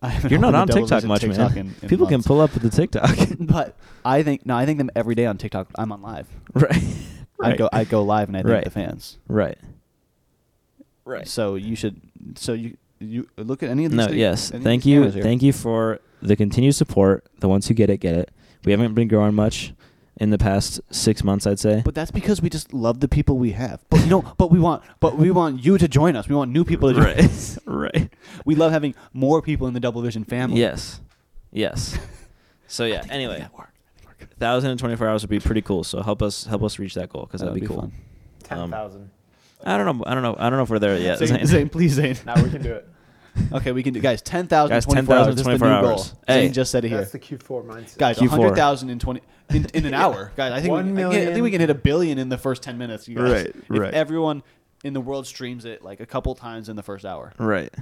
Speaker 1: [laughs]
Speaker 2: I haven't
Speaker 1: You're not
Speaker 2: opened the
Speaker 1: on
Speaker 2: Devil's
Speaker 1: TikTok
Speaker 2: Vision
Speaker 1: much,
Speaker 2: TikTok
Speaker 1: man.
Speaker 2: in- in
Speaker 1: People can
Speaker 2: months.
Speaker 1: pull up with the TikTok,
Speaker 2: [laughs] but I think no, I think them every day on TikTok. I'm on live.
Speaker 1: right?
Speaker 2: I go I go live and I thank
Speaker 1: Right.
Speaker 2: the fans.
Speaker 1: Right. Right.
Speaker 2: So you should. So you you look at any of these.
Speaker 1: no,
Speaker 2: things-
Speaker 1: yes.
Speaker 2: any of
Speaker 1: Thank
Speaker 2: these
Speaker 1: you.
Speaker 2: cameras here.
Speaker 1: Thank you for the continued support. The ones who get it, get it. We haven't been growing much in the past six months, I'd say.
Speaker 2: But that's because we just love the people we have. But you know, but we want, but we want you to join us. We want new people to
Speaker 1: [laughs]
Speaker 2: join.
Speaker 1: right.
Speaker 2: us.
Speaker 1: right.
Speaker 2: We love having more people in the Double Vision family.
Speaker 1: Yes.
Speaker 2: [laughs]
Speaker 1: Yes. So
Speaker 2: I
Speaker 1: yeah.
Speaker 2: think- I think
Speaker 1: Anyway,
Speaker 2: that worked. I think we're good.
Speaker 1: thousand and twenty-four hours would be pretty cool. So help us help us reach that goal because
Speaker 2: That
Speaker 1: that'd
Speaker 2: would
Speaker 1: be,
Speaker 2: be
Speaker 1: cool.
Speaker 2: fun.
Speaker 1: Um,
Speaker 3: 10,000.
Speaker 1: I don't know. I don't know. I don't know if we're there yet.
Speaker 2: Zane,
Speaker 1: [laughs] Zane.
Speaker 2: Zane, please, Zane.
Speaker 3: Now we can do it.
Speaker 2: [laughs] Okay, we can do, guys. Ten thousand.
Speaker 1: Guys,
Speaker 2: 24 hours.
Speaker 1: 10,000,
Speaker 2: This is the
Speaker 1: 24
Speaker 2: new
Speaker 1: hours.
Speaker 2: Goal.
Speaker 1: Hey.
Speaker 2: Zane just said it here.
Speaker 3: That's the Q4 mindset.
Speaker 2: Guys,
Speaker 1: Q4.
Speaker 2: hundred thousand in twenty in,
Speaker 1: [laughs]
Speaker 2: in an hour, guys. I think
Speaker 3: One
Speaker 2: we, I, can, I think we
Speaker 3: million.
Speaker 2: can hit a billion in the first ten minutes. You guys.
Speaker 1: Right,
Speaker 2: If
Speaker 1: right.
Speaker 2: everyone in the world streams it like a couple times in the first hour,
Speaker 1: Right.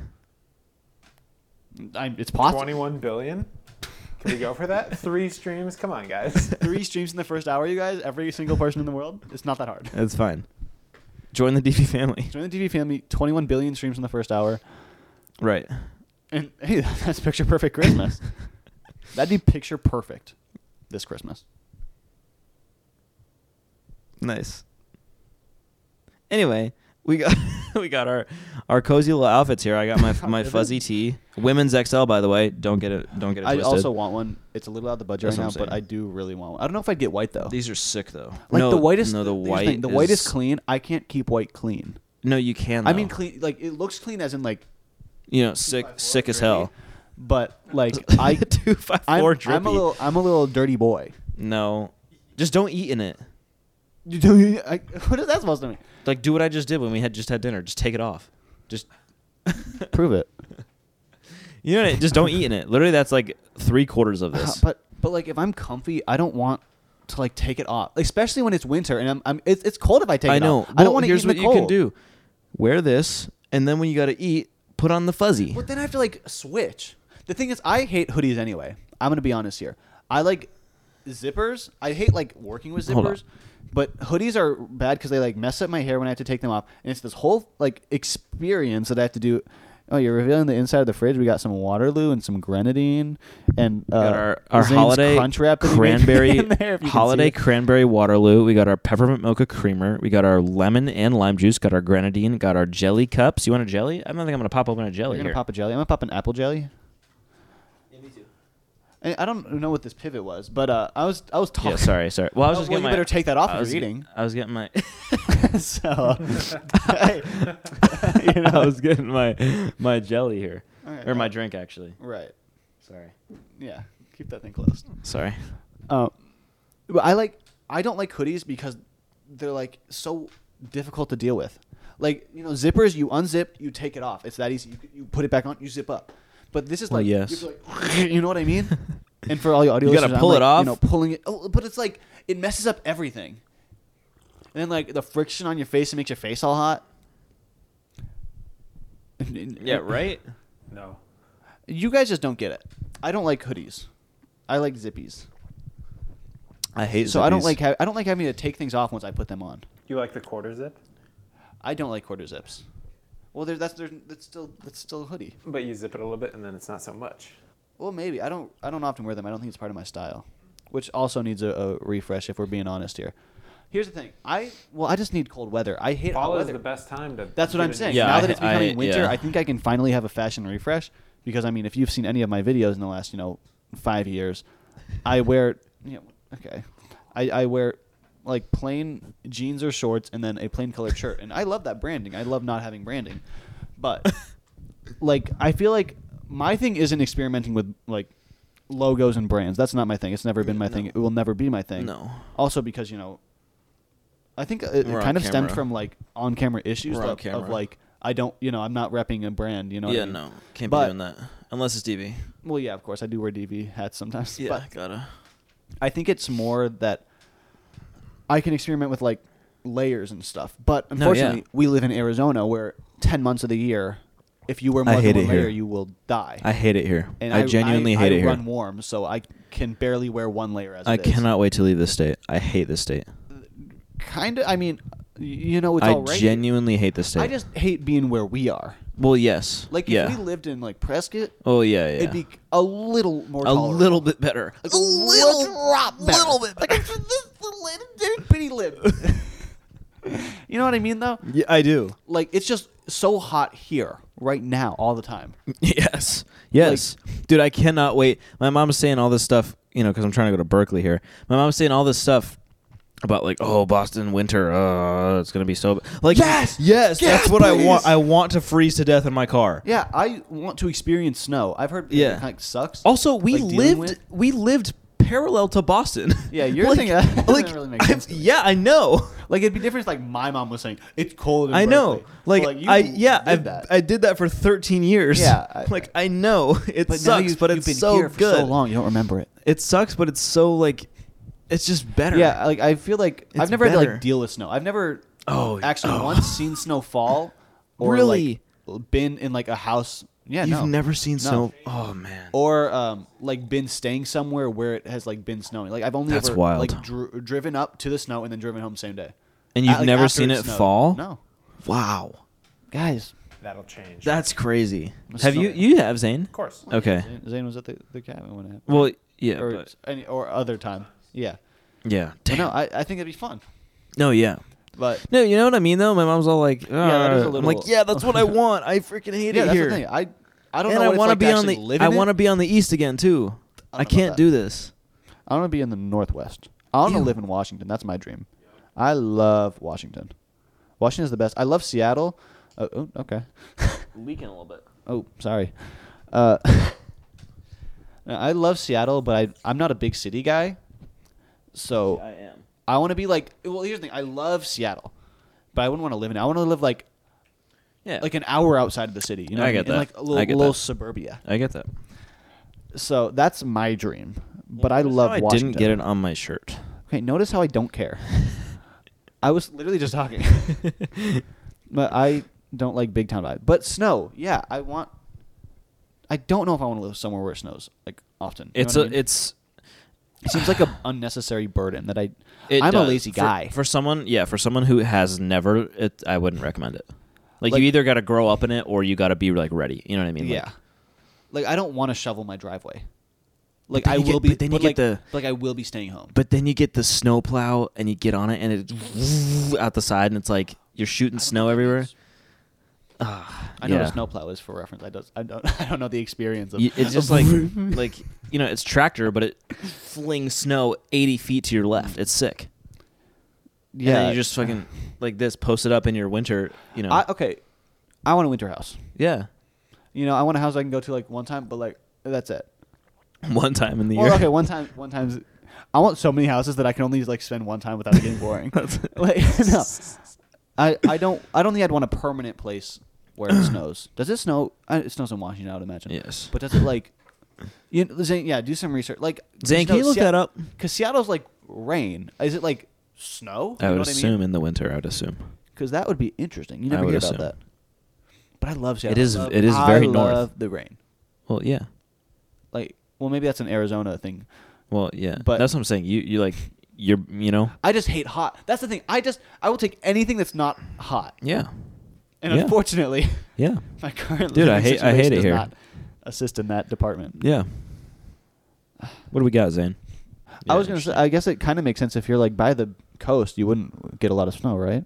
Speaker 2: I, it's possible.
Speaker 3: 21 billion? Can we go
Speaker 2: [laughs]
Speaker 3: for that? Three streams? Come on, guys.
Speaker 2: Three streams in the first hour, you guys. Every single person in the world. It's not that hard.
Speaker 1: That's fine. Join the DP family.
Speaker 2: Join the TV family. Twenty-one billion streams in the first hour,
Speaker 1: [laughs] Right.
Speaker 2: and [laughs] hey, that's picture
Speaker 1: [laughs]
Speaker 2: perfect Christmas. That'd be picture perfect this Christmas.
Speaker 1: Nice. Anyway, we got [laughs] we got our our cozy little outfits here. I got my
Speaker 2: [laughs]
Speaker 1: my fuzzy tee, women's XL by the way. Don't get it don't get it
Speaker 2: I
Speaker 1: twisted.
Speaker 2: also want one. It's a little out of the budget
Speaker 1: That's
Speaker 2: right now,
Speaker 1: what I'm
Speaker 2: but I
Speaker 1: saying.
Speaker 2: do really want one. I don't know if I'd get white though.
Speaker 1: These are sick though.
Speaker 2: Like
Speaker 1: no,
Speaker 2: the whitest.
Speaker 1: No, the
Speaker 2: here's
Speaker 1: white.
Speaker 2: thing, the white is
Speaker 1: is
Speaker 2: clean. I can't keep white clean.
Speaker 1: No, you can.
Speaker 2: I mean
Speaker 1: though.
Speaker 2: clean. Like it looks clean, as in like,
Speaker 1: you know, sick sick as hell.
Speaker 2: but like
Speaker 1: [laughs]
Speaker 2: I
Speaker 1: Two, five,
Speaker 2: I'm,
Speaker 1: four,
Speaker 2: I'm
Speaker 1: drippy.
Speaker 2: a little. I'm a little dirty boy.
Speaker 1: No, just don't eat in it.
Speaker 2: You do.
Speaker 1: Mm.
Speaker 2: [laughs] I, what is that supposed to mean?
Speaker 1: Like do what I just did when we had just had dinner. Just take it off. Just [laughs]
Speaker 2: Prove it.
Speaker 1: you know, what I- just don't eat in it. Literally, that's like three quarters
Speaker 2: [laughs]
Speaker 1: of this.
Speaker 2: But but like if I'm comfy, I don't want to like take it off, especially when it's winter and I'm. I'm it's, it's cold if I take
Speaker 1: I
Speaker 2: it
Speaker 1: know.
Speaker 2: off. I don't
Speaker 1: Well,
Speaker 2: want to eat
Speaker 1: Here's
Speaker 2: in
Speaker 1: what
Speaker 2: the
Speaker 1: you
Speaker 2: cold.
Speaker 1: can do. wear this, and then when you got to eat, put on the fuzzy.
Speaker 2: But then I have to like switch. The thing is, I hate hoodies anyway. I'm gonna be honest here. I like zippers. I hate like working with
Speaker 1: Hold on.
Speaker 2: zippers. But hoodies are bad because they like mess up my hair when I have to take them off, and it's this whole like experience that I have to do. Oh, you're revealing the inside of the fridge. We got some Waterloo and some grenadine, and uh,
Speaker 1: got our, our
Speaker 2: Zane's
Speaker 1: holiday
Speaker 2: crunch wrap that he made
Speaker 1: cranberry
Speaker 2: [laughs] in there, if you can see
Speaker 1: holiday
Speaker 2: it.
Speaker 1: cranberry Waterloo. We got our peppermint mocha creamer. We got our lemon and lime juice. Got our grenadine. Got our jelly cups. You want a jelly? I don't think I'm gonna pop open a jelly
Speaker 2: You're
Speaker 1: here.
Speaker 2: gonna pop a jelly. I'm gonna pop an apple jelly. Yeah, me too. I don't know what this pivot was, but uh, I was I was talking.
Speaker 1: yeah, sorry, sorry. Well, I was
Speaker 2: [laughs] Oh,
Speaker 1: just
Speaker 2: well,
Speaker 1: getting
Speaker 2: you
Speaker 1: my-
Speaker 2: better take that off
Speaker 1: I
Speaker 2: if
Speaker 1: was- uh
Speaker 2: you're eating.
Speaker 1: I was getting
Speaker 2: [laughs]
Speaker 1: my. [laughs]
Speaker 2: so, hey,
Speaker 1: you know, I was getting my my jelly here,
Speaker 2: All right.
Speaker 1: or my drink actually.
Speaker 2: right?
Speaker 1: Sorry,
Speaker 2: Yeah, keep that thing closed.
Speaker 1: sorry.
Speaker 2: Um, but I like I don't like hoodies because they're like so difficult to deal with. Like you know, zippers you unzip, you take it off. It's that easy. You, you put it back on, you zip up. But this is
Speaker 1: Well,
Speaker 2: like, you
Speaker 1: yes.
Speaker 2: have to, like, [laughs] you know what
Speaker 1: [laughs]
Speaker 2: I mean. And for all you audio,
Speaker 1: You gotta
Speaker 2: listeners, I'm,
Speaker 1: pull it
Speaker 2: like,
Speaker 1: off.
Speaker 2: You know, pulling it. Oh, but it's like it messes up everything. And then like the friction on your face, it makes your face all hot.
Speaker 1: Yeah, right.
Speaker 3: No.
Speaker 2: [laughs] You guys just don't get it. I don't like hoodies. I like zippies.
Speaker 1: I hate.
Speaker 2: So I don't
Speaker 1: zippies. [laughs]
Speaker 2: like ha- I don't like having to take things off once I put them on.
Speaker 3: You like the quarter zip?
Speaker 2: I don't like quarter zips. Well, there, that's there, that's still that's still a hoodie.
Speaker 3: But you zip it a little bit and then it's not so much.
Speaker 2: Well, maybe I don't I don't often wear them. I don't think it's part of my style, which also needs a, a refresh if we're being honest here. Here's the thing. I well I just need cold weather. I hate hot
Speaker 3: Fall is
Speaker 2: weather.
Speaker 3: the best time to.
Speaker 2: That's what I'm
Speaker 3: get a new
Speaker 2: saying.
Speaker 1: Yeah,
Speaker 2: now
Speaker 1: I-
Speaker 2: that it's becoming
Speaker 1: I-
Speaker 2: winter,
Speaker 1: yeah.
Speaker 2: I think I can finally have a fashion refresh because I mean, if you've seen any of my videos in the last, you know, five years, I wear, you know, okay, I, I wear like plain jeans or shorts and then a plain colored shirt, and I love that branding. I love not having branding,
Speaker 1: [laughs]
Speaker 2: but like I feel like my thing isn't experimenting with like logos and brands. That's not my thing. It's never been my thing. It will never be my thing.
Speaker 1: No.
Speaker 2: Also because you know, I think uh, it, it
Speaker 1: We're on
Speaker 2: kind of stemmed
Speaker 1: camera.
Speaker 2: from like on camera issues
Speaker 1: We're on
Speaker 2: of, of
Speaker 1: camera.
Speaker 2: like I don't you know I'm not repping a brand. You know. what I
Speaker 1: Yeah,
Speaker 2: mean?
Speaker 1: no, can't
Speaker 2: But-
Speaker 1: be doing that unless it's DB.
Speaker 2: Well, yeah, of course I do wear DV hats sometimes.
Speaker 1: Yeah,
Speaker 2: But
Speaker 1: gotta.
Speaker 2: I think it's more that I can experiment with like layers and stuff. But
Speaker 1: No, yeah.
Speaker 2: unfortunately, we live in Arizona where ten months of the year, if you wear more
Speaker 1: I
Speaker 2: than
Speaker 1: hate
Speaker 2: one
Speaker 1: it here.
Speaker 2: layer, you will die.
Speaker 1: I hate it here.
Speaker 2: and
Speaker 1: I, genuinely hate
Speaker 2: I
Speaker 1: it here.
Speaker 2: run warm, so I can barely wear one layer as
Speaker 1: I
Speaker 2: it is.
Speaker 1: cannot wait to leave this state. I hate this state.
Speaker 2: Kind of. I mean, y- you know, it's
Speaker 1: I
Speaker 2: all right.
Speaker 1: genuinely hate this state.
Speaker 2: I just hate being where we are.
Speaker 1: well, yes,
Speaker 2: Like if
Speaker 1: yeah.
Speaker 2: we lived in like Prescott,
Speaker 1: oh yeah, yeah.
Speaker 2: it'd be a little more.
Speaker 1: a
Speaker 2: tolerable.
Speaker 1: little bit better.
Speaker 2: Like a little drop, little bit. Like this little [laughs] itty bitty lip. you know what I mean, though.
Speaker 1: Yeah, I do.
Speaker 2: Like it's just so hot here right now, all the time.
Speaker 1: [laughs] Yes. Yes. Dude, I cannot wait. My mom's saying all this stuff, you know, because I'm trying to go to Berkeley here. My mom's saying all this stuff about like, oh, Boston winter, uh, it's gonna be so. b-" Like,
Speaker 2: Yes!
Speaker 1: yes,
Speaker 2: Yes,
Speaker 1: that's what I want.
Speaker 2: please!
Speaker 1: I want to freeze to death in my car.
Speaker 2: Yeah, I want to experience snow. I've heard yeah.
Speaker 1: Yeah.
Speaker 2: it kind of sucks.
Speaker 1: Also, we
Speaker 2: like, dealing
Speaker 1: lived
Speaker 2: with-
Speaker 1: we lived parallel to Boston.
Speaker 2: [laughs] Yeah,
Speaker 1: [laughs]
Speaker 2: your
Speaker 1: like,
Speaker 2: thing- that doesn't
Speaker 1: like
Speaker 2: really make
Speaker 1: I-
Speaker 2: sense to me.
Speaker 1: yeah, I know.
Speaker 2: Like it'd be different. If, like my mom was saying, it's cold.
Speaker 1: [laughs]
Speaker 2: In
Speaker 1: I know.
Speaker 2: Berkeley." But,
Speaker 1: Like,
Speaker 2: you
Speaker 1: I yeah,
Speaker 2: did
Speaker 1: I
Speaker 2: that.
Speaker 1: I did that for 13 years.
Speaker 2: Yeah, I-
Speaker 1: [laughs] like I know [laughs] it
Speaker 2: but now
Speaker 1: sucks,
Speaker 2: you've,
Speaker 1: but
Speaker 2: you've
Speaker 1: it's
Speaker 2: been
Speaker 1: so
Speaker 2: here for
Speaker 1: good.
Speaker 2: so long, you don't remember it.
Speaker 1: It sucks, but it's so like, it's just better.
Speaker 2: Yeah, like I feel like I've
Speaker 1: It's
Speaker 2: never had to
Speaker 1: better.
Speaker 2: like deal with snow. I've never
Speaker 1: Oh,
Speaker 2: actually
Speaker 1: oh.
Speaker 2: once seen snow [laughs] fall or
Speaker 1: Really?
Speaker 2: like, been in like a house. Yeah,
Speaker 1: You've
Speaker 2: no.
Speaker 1: never seen
Speaker 2: No.
Speaker 1: snow. Oh man.
Speaker 2: or um, like been staying somewhere where it has like been snowing. Like I've only
Speaker 1: That's
Speaker 2: ever
Speaker 1: wild.
Speaker 2: like dri- driven up to the snow and then driven home same day.
Speaker 1: And you've
Speaker 2: Uh, like,
Speaker 1: never
Speaker 2: after
Speaker 1: seen it
Speaker 2: snowed.
Speaker 1: fall?
Speaker 2: No.
Speaker 1: Wow.
Speaker 2: Guys,
Speaker 3: That'll change.
Speaker 1: That's crazy.
Speaker 2: It's
Speaker 1: Have you
Speaker 2: snowing.
Speaker 1: you have Zane?
Speaker 3: of course.
Speaker 1: Okay.
Speaker 2: Zane, Zane was at the, the cabin when it happened.
Speaker 1: Well, yeah.
Speaker 2: or
Speaker 1: but-
Speaker 2: any or other time. Yeah.
Speaker 1: yeah. Damn.
Speaker 2: No, I, I think it'd be fun.
Speaker 1: no, yeah.
Speaker 2: But
Speaker 1: No, you know what I mean though. My mom's all like,
Speaker 2: that is a
Speaker 1: "Uh," I'm
Speaker 2: little-
Speaker 1: like, yeah, that's
Speaker 2: [laughs]
Speaker 1: what I want. I freaking hate
Speaker 2: yeah,
Speaker 1: it
Speaker 2: that's
Speaker 1: here.
Speaker 2: the thing. I I don't
Speaker 1: and
Speaker 2: know
Speaker 1: I
Speaker 2: what
Speaker 1: wanna
Speaker 2: it's like
Speaker 1: be
Speaker 2: to
Speaker 1: on
Speaker 2: actually
Speaker 1: the
Speaker 2: live
Speaker 1: I
Speaker 2: in it.
Speaker 1: want to be on the east again too. I,
Speaker 2: about
Speaker 1: can't
Speaker 2: that.
Speaker 1: do this.
Speaker 2: I want to be in the Northwest. I want to
Speaker 1: Ew.
Speaker 2: live in Washington. That's my dream. I love Washington. Washington is the best. I love Seattle. Oh, oh okay. [laughs]
Speaker 1: Leaking a little bit.
Speaker 2: Oh, sorry. Uh, [laughs] I love Seattle, but I I'm not a big city guy. So
Speaker 1: am.
Speaker 2: I want to be like. Well, here's the thing. I love Seattle, but I wouldn't want to live in. it. I want to live like
Speaker 1: Yeah.
Speaker 2: like an hour outside of the city. You know,
Speaker 1: I
Speaker 2: what
Speaker 1: get
Speaker 2: mean? In,
Speaker 1: that.
Speaker 2: like a little,
Speaker 1: I get
Speaker 2: little
Speaker 1: that.
Speaker 2: suburbia.
Speaker 1: I get that.
Speaker 2: So that's my dream. But I
Speaker 1: Notice
Speaker 2: love.
Speaker 1: how I
Speaker 2: Washington.
Speaker 1: didn't get it on my shirt.
Speaker 2: Okay,
Speaker 1: [laughs]
Speaker 2: notice how I don't care. I was literally just talking. [laughs] but I don't like big town vibe. But snow, yeah, I want. I don't know if I want to live somewhere where it snows like often. You know
Speaker 1: It's
Speaker 2: what
Speaker 1: a
Speaker 2: I mean?
Speaker 1: it's
Speaker 2: it seems like a unnecessary burden that I.
Speaker 1: it
Speaker 2: I'm
Speaker 1: does.
Speaker 2: a lazy
Speaker 1: For-
Speaker 2: guy.
Speaker 1: for, someone. Yeah, for someone who has never, it, I wouldn't recommend it. Like,
Speaker 2: Like-
Speaker 1: you either got to grow up in it or you got to be like ready. You know what I mean? Like,
Speaker 2: yeah, like, I don't want to shovel my driveway.
Speaker 1: But
Speaker 2: Like
Speaker 1: then
Speaker 2: I
Speaker 1: you
Speaker 2: will
Speaker 1: get-
Speaker 2: be,
Speaker 1: but then you
Speaker 2: like,
Speaker 1: get the-
Speaker 2: like I will be staying home.
Speaker 1: But then you get the snow plow and you get on it and it's [laughs] out the side and it's like you're shooting snow everywhere. Ah,
Speaker 2: I know
Speaker 1: yeah.
Speaker 2: what a snowplow is for reference. I don't, I don't, [laughs] I don't know the experience of.
Speaker 1: Y- It's just
Speaker 2: [laughs]
Speaker 1: like like you know it's tractor, but it flings snow eighty feet to your left. It's sick. Yeah, and then you just fucking like this, post it up in your winter. You know.
Speaker 2: I, okay, I want a winter house.
Speaker 1: yeah. [laughs]
Speaker 2: You know, I want a house I can go to like one time, but like that's it.
Speaker 1: One time in the
Speaker 2: Well,
Speaker 1: year.
Speaker 2: okay, one time, one times. I want so many houses that I can only like spend one time without it
Speaker 1: [laughs]
Speaker 2: getting boring. like, [laughs] no, I, I don't, I don't think I'd want a permanent place where
Speaker 1: [clears throat]
Speaker 2: it snows. Does it snow? I, it snows in Washington, I would imagine.
Speaker 1: Yes.
Speaker 2: But does it like? You know, Zane, yeah, do some research. Like,
Speaker 1: Zane, can you look that up?
Speaker 2: Because Seattle's like rain. Is it like snow?
Speaker 1: I would assume in the winter. I would assume.
Speaker 2: Because that would be interesting. You
Speaker 1: I
Speaker 2: never
Speaker 1: would
Speaker 2: hear
Speaker 1: assume.
Speaker 2: about that. But I love Seattle.
Speaker 1: is-
Speaker 2: I love-
Speaker 1: it is
Speaker 2: I
Speaker 1: very north.
Speaker 2: love the rain.
Speaker 1: Well, yeah.
Speaker 2: Like, well, maybe that's an Arizona thing.
Speaker 1: Well, yeah.
Speaker 2: But-
Speaker 1: But that's what I'm saying. You you like you're you know.
Speaker 2: I just hate hot. That's the thing. I just I will take anything that's not hot.
Speaker 1: Yeah.
Speaker 2: And
Speaker 1: Yeah.
Speaker 2: unfortunately,
Speaker 1: Yeah.
Speaker 2: [laughs] my current
Speaker 1: Dude, I
Speaker 2: living
Speaker 1: hate- I hate
Speaker 2: situation
Speaker 1: it
Speaker 2: does
Speaker 1: here.
Speaker 2: Not assist in that department.
Speaker 1: Yeah. What do we got, Zane?
Speaker 2: I was gonna say. I guess it kind of makes sense if you're like by the coast, you wouldn't get a lot of snow, right?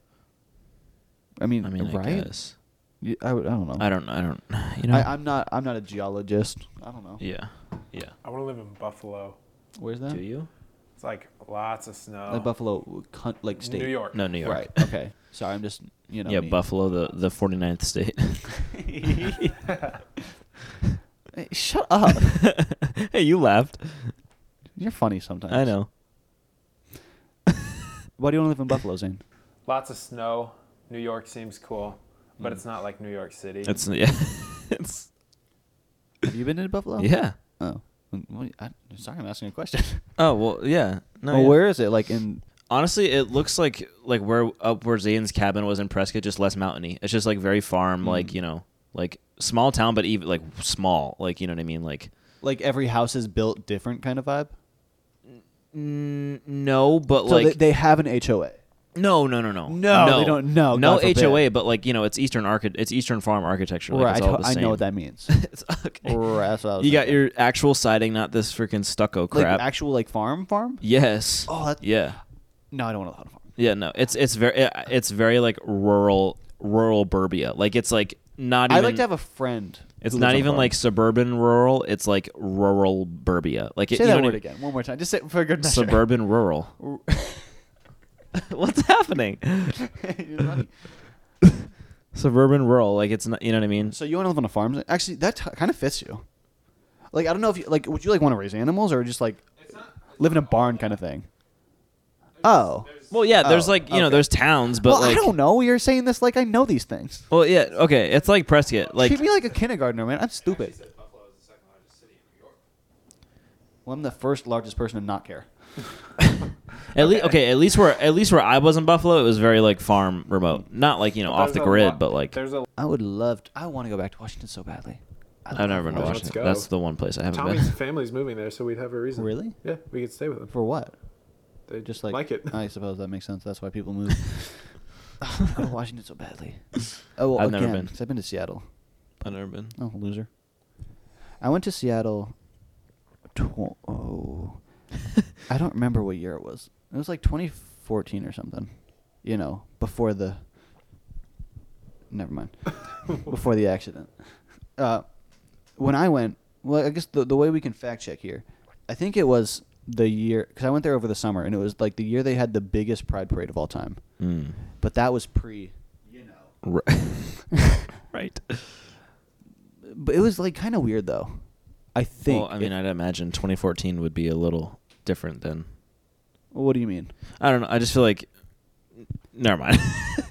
Speaker 2: I mean,
Speaker 1: I mean, I
Speaker 2: right?
Speaker 1: guess.
Speaker 2: You- I, would- I don't know.
Speaker 1: I don't. I don't. [laughs] You know.
Speaker 2: I, I'm not. I'm not a geologist. I don't know.
Speaker 1: yeah. Yeah.
Speaker 3: I want to live in Buffalo.
Speaker 2: Where's that?
Speaker 1: Do you?
Speaker 3: It's like lots of snow.
Speaker 2: Like Buffalo, cunt, like state.
Speaker 3: New York.
Speaker 1: No, New York.
Speaker 2: Right. Okay. Sorry, I'm just you know.
Speaker 1: yeah,
Speaker 2: me.
Speaker 1: Buffalo, the the 49th [laughs] state.
Speaker 2: Hey, shut up. [laughs]
Speaker 1: hey, you laughed.
Speaker 2: You're funny sometimes.
Speaker 1: I know.
Speaker 2: Why do you want to live in Buffalo, Zane?
Speaker 3: [laughs] Lots of snow. New York seems cool,
Speaker 2: Mm.
Speaker 3: but it's not like New York City.
Speaker 1: It's yeah. [laughs] it's
Speaker 2: Have you been to Buffalo?
Speaker 1: yeah.
Speaker 2: Oh. Well, I, sorry, I'm asking a question.
Speaker 1: [laughs] Oh well, yeah. No.
Speaker 2: well,
Speaker 1: yeah.
Speaker 2: where is it? Like in
Speaker 1: Honestly, it looks like like where up where Zane's cabin was in Prescott, just less mountainy. It's just like very farm,
Speaker 2: Mm-hmm.
Speaker 1: like you know, like small town, but even like small, like you know what I mean, like.
Speaker 2: like every house is built different kind of vibe.
Speaker 1: N- no, but
Speaker 2: so
Speaker 1: like
Speaker 2: they, they have an HOA.
Speaker 1: No, no, no, no,
Speaker 2: No, they don't- no,
Speaker 1: no
Speaker 2: God forbid.
Speaker 1: HOA, but like you know, it's Eastern archi- it's Eastern farm architecture. Like,
Speaker 2: right.
Speaker 1: it's
Speaker 2: I,
Speaker 1: all
Speaker 2: to-
Speaker 1: the
Speaker 2: I
Speaker 1: same.
Speaker 2: know what that means.
Speaker 1: [laughs] It's- okay.
Speaker 2: Right, that's what I was
Speaker 1: You got
Speaker 2: thinking.
Speaker 1: your actual siding, not this freaking stucco crap.
Speaker 2: Like actual like farm farm?
Speaker 1: yes.
Speaker 2: Oh, that-
Speaker 1: yeah,
Speaker 2: No, I don't want to live on a farm.
Speaker 1: yeah. No, it's it's very it's very like rural rural Burbia. Like it's like not.
Speaker 2: I
Speaker 1: Even,
Speaker 2: like to have a friend.
Speaker 1: It's
Speaker 2: who lives
Speaker 1: not
Speaker 2: on a
Speaker 1: even
Speaker 2: farm.
Speaker 1: like suburban rural. It's like rural Burbia. Like it,
Speaker 2: say
Speaker 1: you e
Speaker 2: that
Speaker 1: know what
Speaker 2: word
Speaker 1: I-
Speaker 2: again one more time. Just say it for good measure. [laughs]
Speaker 1: Suburban rural. What's happening?
Speaker 2: You're
Speaker 1: [laughs]
Speaker 2: funny.
Speaker 1: Suburban rural. Like it's not. You know what I mean?
Speaker 2: So you want to live on a farm? Actually, that t- kind of fits you. Like I don't know if you like. Would you like want to raise animals or just like live in a barn kind of thing? Oh,
Speaker 1: Well, yeah, there's
Speaker 2: Oh,
Speaker 1: like you know,
Speaker 2: okay.
Speaker 1: there's towns, but
Speaker 2: well,
Speaker 1: like,
Speaker 2: I don't know. You're saying this like I know these things.
Speaker 1: well, yeah, okay, it's like Prescott, like,
Speaker 2: Treat me like a kindergartner, man. I'm stupid. Well, I'm the first largest person to not care.
Speaker 1: at least, okay, at least where, at least where I was in Buffalo, it was very like farm remote, not like you know off
Speaker 3: There's
Speaker 1: the
Speaker 3: a
Speaker 1: grid,
Speaker 3: lot-
Speaker 1: but like
Speaker 3: there's a
Speaker 2: I would love. To, I want to go back to Washington so badly.
Speaker 1: I've never been to
Speaker 3: Let's
Speaker 1: Washington.
Speaker 3: go.
Speaker 1: That's the one place I haven't
Speaker 3: Tommy's
Speaker 1: been.
Speaker 3: family's moving there, so we'd have a reason.
Speaker 2: Really?
Speaker 3: Yeah, we could stay with them.
Speaker 2: For what?
Speaker 3: They
Speaker 2: Just like
Speaker 3: like it.
Speaker 2: I suppose that makes sense. That's why people move. I want Washington so badly. Oh, well,
Speaker 1: I've never
Speaker 2: again,
Speaker 1: been.
Speaker 2: 'cause I've been to Seattle.
Speaker 1: I've never been.
Speaker 2: Oh, loser. I went to Seattle. Tw- oh, I don't remember what year it was. It was like 2014 or something. You know, before the. Never
Speaker 1: [laughs]
Speaker 2: mind. before the accident. Uh, when I went, well, I guess the the way we can fact check here, I think it was the year because I went there over the summer, and it was like the year they had the biggest Pride Parade of all time.
Speaker 1: [laughs] Mm.
Speaker 2: But that was pre. You know.
Speaker 1: R- [laughs] right.
Speaker 2: But it was like kind of weird though. I think.
Speaker 1: Well, I mean,
Speaker 2: it-
Speaker 1: I'd imagine 2014 would be a little different than.
Speaker 2: what do you mean?
Speaker 1: I don't know. I just feel like. Never mind. [laughs]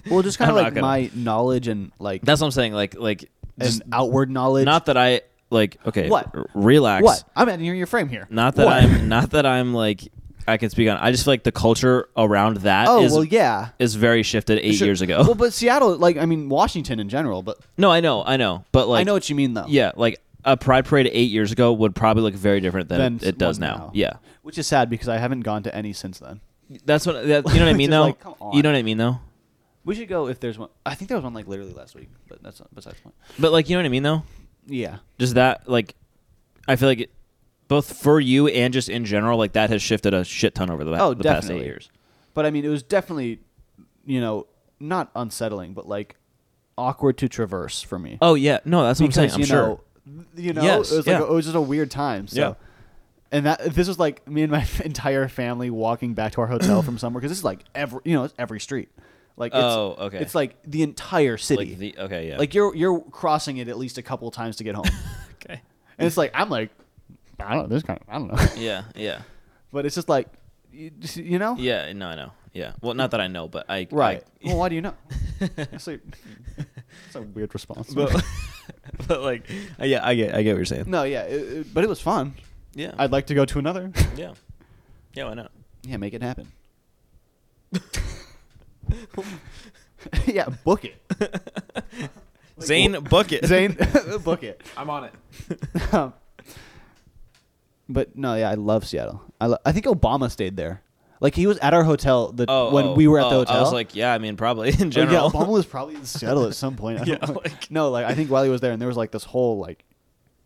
Speaker 2: Well, just kind of
Speaker 1: I'm not
Speaker 2: like
Speaker 1: gonna-
Speaker 2: my knowledge and like
Speaker 1: That's what I'm saying. Like, like, just
Speaker 2: and outward knowledge.
Speaker 1: not that I like. Okay,
Speaker 2: What?
Speaker 1: r- relax.
Speaker 2: what I'm adding you in your frame here.
Speaker 1: Not that
Speaker 2: What?
Speaker 1: I'm not that I'm like I can speak on. I just feel like the culture around that is
Speaker 2: Oh well, yeah.
Speaker 1: is very shifted eight
Speaker 2: Sure.
Speaker 1: years ago.
Speaker 2: Well, but Seattle, like I mean Washington in general, but
Speaker 1: [laughs] no, I know, I know, but like
Speaker 2: I know what you mean though.
Speaker 1: Yeah, like a pride parade eight years ago would probably look very different than,
Speaker 2: Than
Speaker 1: it, it does
Speaker 2: one
Speaker 1: now.
Speaker 2: now.
Speaker 1: Yeah,
Speaker 2: Which is sad because I haven't gone to any since then.
Speaker 1: that's what that, you know what I
Speaker 2: [laughs] Just
Speaker 1: mean though.
Speaker 2: like, come on.
Speaker 1: you know what I mean though.
Speaker 2: We should go if there's one. I think there was one like literally last week, but that's not besides the point.
Speaker 1: But like you know what I mean though.
Speaker 2: Yeah.
Speaker 1: Just that like, I feel like it, both for you and just in general, like that has shifted a shit ton over the,
Speaker 2: Oh,
Speaker 1: the past eight
Speaker 2: definitely.
Speaker 1: years.
Speaker 2: But I mean, it was definitely, you know, not unsettling, but like awkward to traverse for me.
Speaker 1: Oh yeah, no, that's what I'm saying. I'm
Speaker 2: you
Speaker 1: sure.
Speaker 2: know, you know,
Speaker 1: Yes,
Speaker 2: it was
Speaker 1: yeah.
Speaker 2: like a, it was just a weird time. So.
Speaker 1: Yeah.
Speaker 2: And that this was like me and my [laughs] entire family walking back to our hotel from somewhere because this is like every you know it's every street, like it's,
Speaker 1: Oh, okay.
Speaker 2: it's like the entire city.
Speaker 1: like the okay, yeah, [laughs]
Speaker 2: Like you're you're crossing it at least a couple times to get home,
Speaker 1: okay,
Speaker 2: and it's like I'm like,
Speaker 4: I don't. This kind. Of, I don't know.
Speaker 1: yeah, yeah,
Speaker 2: but it's just like, you, you know,
Speaker 1: yeah. No, I know. Yeah, well, not that I know, but I [laughs]
Speaker 2: right?
Speaker 1: I-
Speaker 2: well, why do you know?
Speaker 1: [laughs]
Speaker 2: That's a, that's a weird response.
Speaker 1: but, [laughs] but like, uh, yeah, I get, I get what you're saying.
Speaker 2: [laughs] no, yeah, it, it- but it was fun.
Speaker 1: Yeah.
Speaker 2: I'd like to go to another.
Speaker 1: yeah. Yeah, why not?
Speaker 2: yeah, make
Speaker 1: [laughs]
Speaker 2: it happen. yeah,
Speaker 1: [laughs]
Speaker 2: book it,
Speaker 1: Zane, book it.
Speaker 2: Zane. [laughs] book it.
Speaker 3: I'm on it.
Speaker 2: [laughs] Um, but no, yeah, I love Seattle. I lo- I think Obama stayed there. Like he was at our hotel the
Speaker 1: [laughs] Oh,
Speaker 2: when
Speaker 1: oh,
Speaker 2: we were at the
Speaker 1: oh,
Speaker 2: hotel.
Speaker 1: I was like, yeah, I mean, probably [laughs] in
Speaker 2: Oh,
Speaker 1: general.
Speaker 2: Yeah, Obama was probably in Seattle at
Speaker 1: [laughs]
Speaker 2: some point. I don't
Speaker 1: Yeah,
Speaker 2: know.
Speaker 1: like-
Speaker 2: no, like I think while he was there, and there was like this whole like,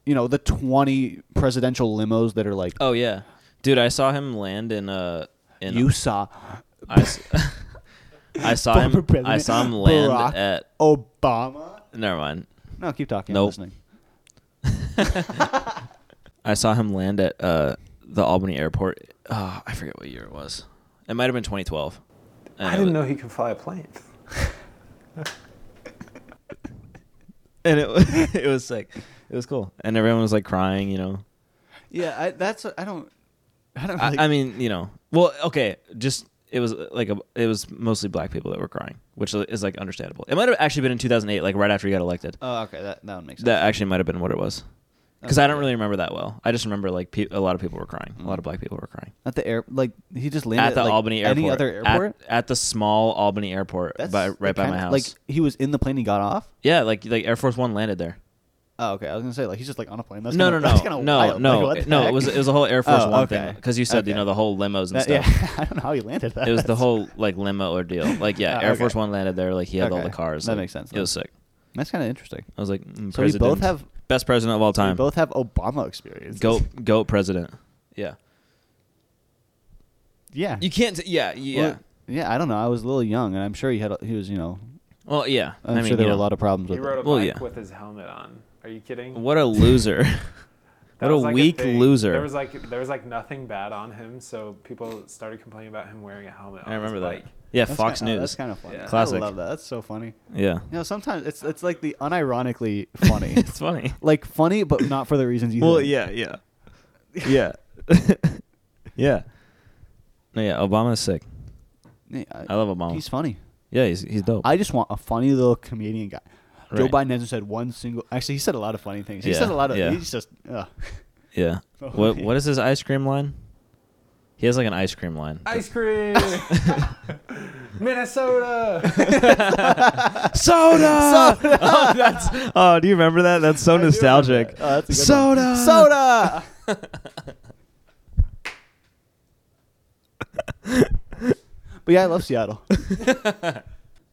Speaker 2: you know, the twenty presidential limos that are like
Speaker 1: oh yeah, dude, I saw him land in uh in
Speaker 2: you saw
Speaker 1: I, s- [laughs] I saw him.
Speaker 2: Former
Speaker 1: I
Speaker 2: President
Speaker 1: saw him land
Speaker 2: Barack
Speaker 1: at.
Speaker 2: Obama.
Speaker 1: Never mind.
Speaker 2: No, keep talking.
Speaker 1: Nope.
Speaker 2: I'm listening.
Speaker 1: I saw him land at uh the Albany airport. Oh, I forget what year it was. It might have been 2012. And
Speaker 3: I
Speaker 1: it
Speaker 3: didn't
Speaker 1: was-
Speaker 3: know he could fly a plane.
Speaker 1: [laughs] And it was- [laughs] it was like it was cool, and everyone was like crying, you know.
Speaker 2: Yeah, I, that's I don't. I don't.
Speaker 1: I, I mean, you know, well, okay, just it was uh, like a, it was mostly black people that were crying, which is like understandable. It might have actually been in 2008, like right after he got elected.
Speaker 2: oh, okay, that that one makes sense.
Speaker 1: that actually might have been what it was, because I don't really remember that well. I just remember like pe- a lot of people were crying, a lot of black people were crying
Speaker 2: at the air, like he just landed
Speaker 1: at the
Speaker 2: like,
Speaker 1: Albany airport.
Speaker 2: Any other
Speaker 1: At-
Speaker 2: airport?
Speaker 1: At, the small Albany airport, by, right by my
Speaker 2: kinda-
Speaker 1: house.
Speaker 2: Like he was in the plane, he got off.
Speaker 1: yeah, like like Air Force One landed there.
Speaker 2: Oh, okay. I was gonna say like he's just like on a plane. That's
Speaker 1: no,
Speaker 2: kinda,
Speaker 1: no,
Speaker 2: [laughs] that's
Speaker 1: no,
Speaker 2: kinda
Speaker 1: no,
Speaker 2: wild.
Speaker 1: no,
Speaker 2: Like, what the
Speaker 1: no. It
Speaker 2: heck?
Speaker 1: was it was
Speaker 2: [laughs]
Speaker 1: the whole Air Force
Speaker 2: Oh,
Speaker 1: One thing
Speaker 2: okay.
Speaker 1: because you said you
Speaker 2: Okay.
Speaker 1: know the whole limos and
Speaker 2: That-
Speaker 1: stuff.
Speaker 2: Yeah, [laughs] I don't know how he landed that.
Speaker 1: It was the
Speaker 2: [laughs] That's-
Speaker 1: whole like limo ordeal. Like yeah,
Speaker 2: [laughs] Oh,
Speaker 1: Air
Speaker 2: okay.
Speaker 1: Force One landed there. Like he had all
Speaker 2: Okay.
Speaker 1: the cars.
Speaker 2: That
Speaker 1: like,
Speaker 2: makes sense,
Speaker 1: It was sick.
Speaker 2: That's kind of interesting.
Speaker 1: I was like, mm,
Speaker 2: So we both
Speaker 1: president.
Speaker 2: have-
Speaker 1: best president of all
Speaker 2: We
Speaker 1: time.
Speaker 2: both have Obama
Speaker 1: [laughs]
Speaker 2: experience. [laughs]
Speaker 1: goat goat president. Yeah,
Speaker 2: [laughs] Yeah.
Speaker 1: you can't. t- yeah, yeah.
Speaker 2: Well, yeah. I don't know. I was a little young, and I'm sure he had. He was, you know.
Speaker 1: Well, yeah.
Speaker 2: I'm
Speaker 1: I mean,
Speaker 2: sure there
Speaker 1: you
Speaker 2: were a
Speaker 1: know,
Speaker 2: lot of problems
Speaker 3: He
Speaker 2: with.
Speaker 3: rode a
Speaker 2: It.
Speaker 3: bike
Speaker 1: Well, yeah.
Speaker 3: with his helmet on. Are you kidding?
Speaker 1: What a
Speaker 2: [laughs]
Speaker 1: loser! [laughs]
Speaker 3: That
Speaker 1: what a
Speaker 3: was, like,
Speaker 1: weak
Speaker 3: thing.
Speaker 1: loser.
Speaker 3: There was like there was like nothing bad on him, so people started complaining about him wearing a helmet.
Speaker 1: I
Speaker 3: on his
Speaker 1: remember that.
Speaker 3: bike.
Speaker 1: Yeah,
Speaker 2: That's
Speaker 1: Fox
Speaker 2: kinda,
Speaker 1: News.
Speaker 2: That's kind of funny.
Speaker 3: Yeah.
Speaker 1: Classic.
Speaker 2: I love that. That's so funny.
Speaker 1: yeah,
Speaker 2: You know, sometimes it's it's like the unironically funny,
Speaker 1: [laughs] it's funny.
Speaker 2: like funny, but not for the reasons you. think. [laughs]
Speaker 1: yeah, yeah, yeah. No, yeah. Obama's sick.
Speaker 2: Yeah,
Speaker 1: I love Obama.
Speaker 2: He's funny.
Speaker 1: Yeah, he's he's dope.
Speaker 2: I just want a funny little comedian guy. Joe
Speaker 1: Right.
Speaker 2: Biden hasn't said one single. Actually, he said a lot of funny things. He
Speaker 1: Yeah,
Speaker 2: said a lot of.
Speaker 1: yeah.
Speaker 2: He's just. Ugh.
Speaker 1: yeah.
Speaker 2: [laughs] Oh,
Speaker 1: what
Speaker 2: yeah.
Speaker 1: what is his ice cream line? He has like an ice cream line.
Speaker 3: Ice cream,
Speaker 2: [laughs]
Speaker 3: Minnesota.
Speaker 1: [laughs] [laughs]
Speaker 2: [laughs]
Speaker 1: soda. oh, that's, [laughs] oh, do you remember that? That's so nostalgic.
Speaker 2: Oh, that's a good one.
Speaker 1: soda.
Speaker 2: Soda. [laughs]
Speaker 1: [laughs]
Speaker 2: but yeah, I love Seattle.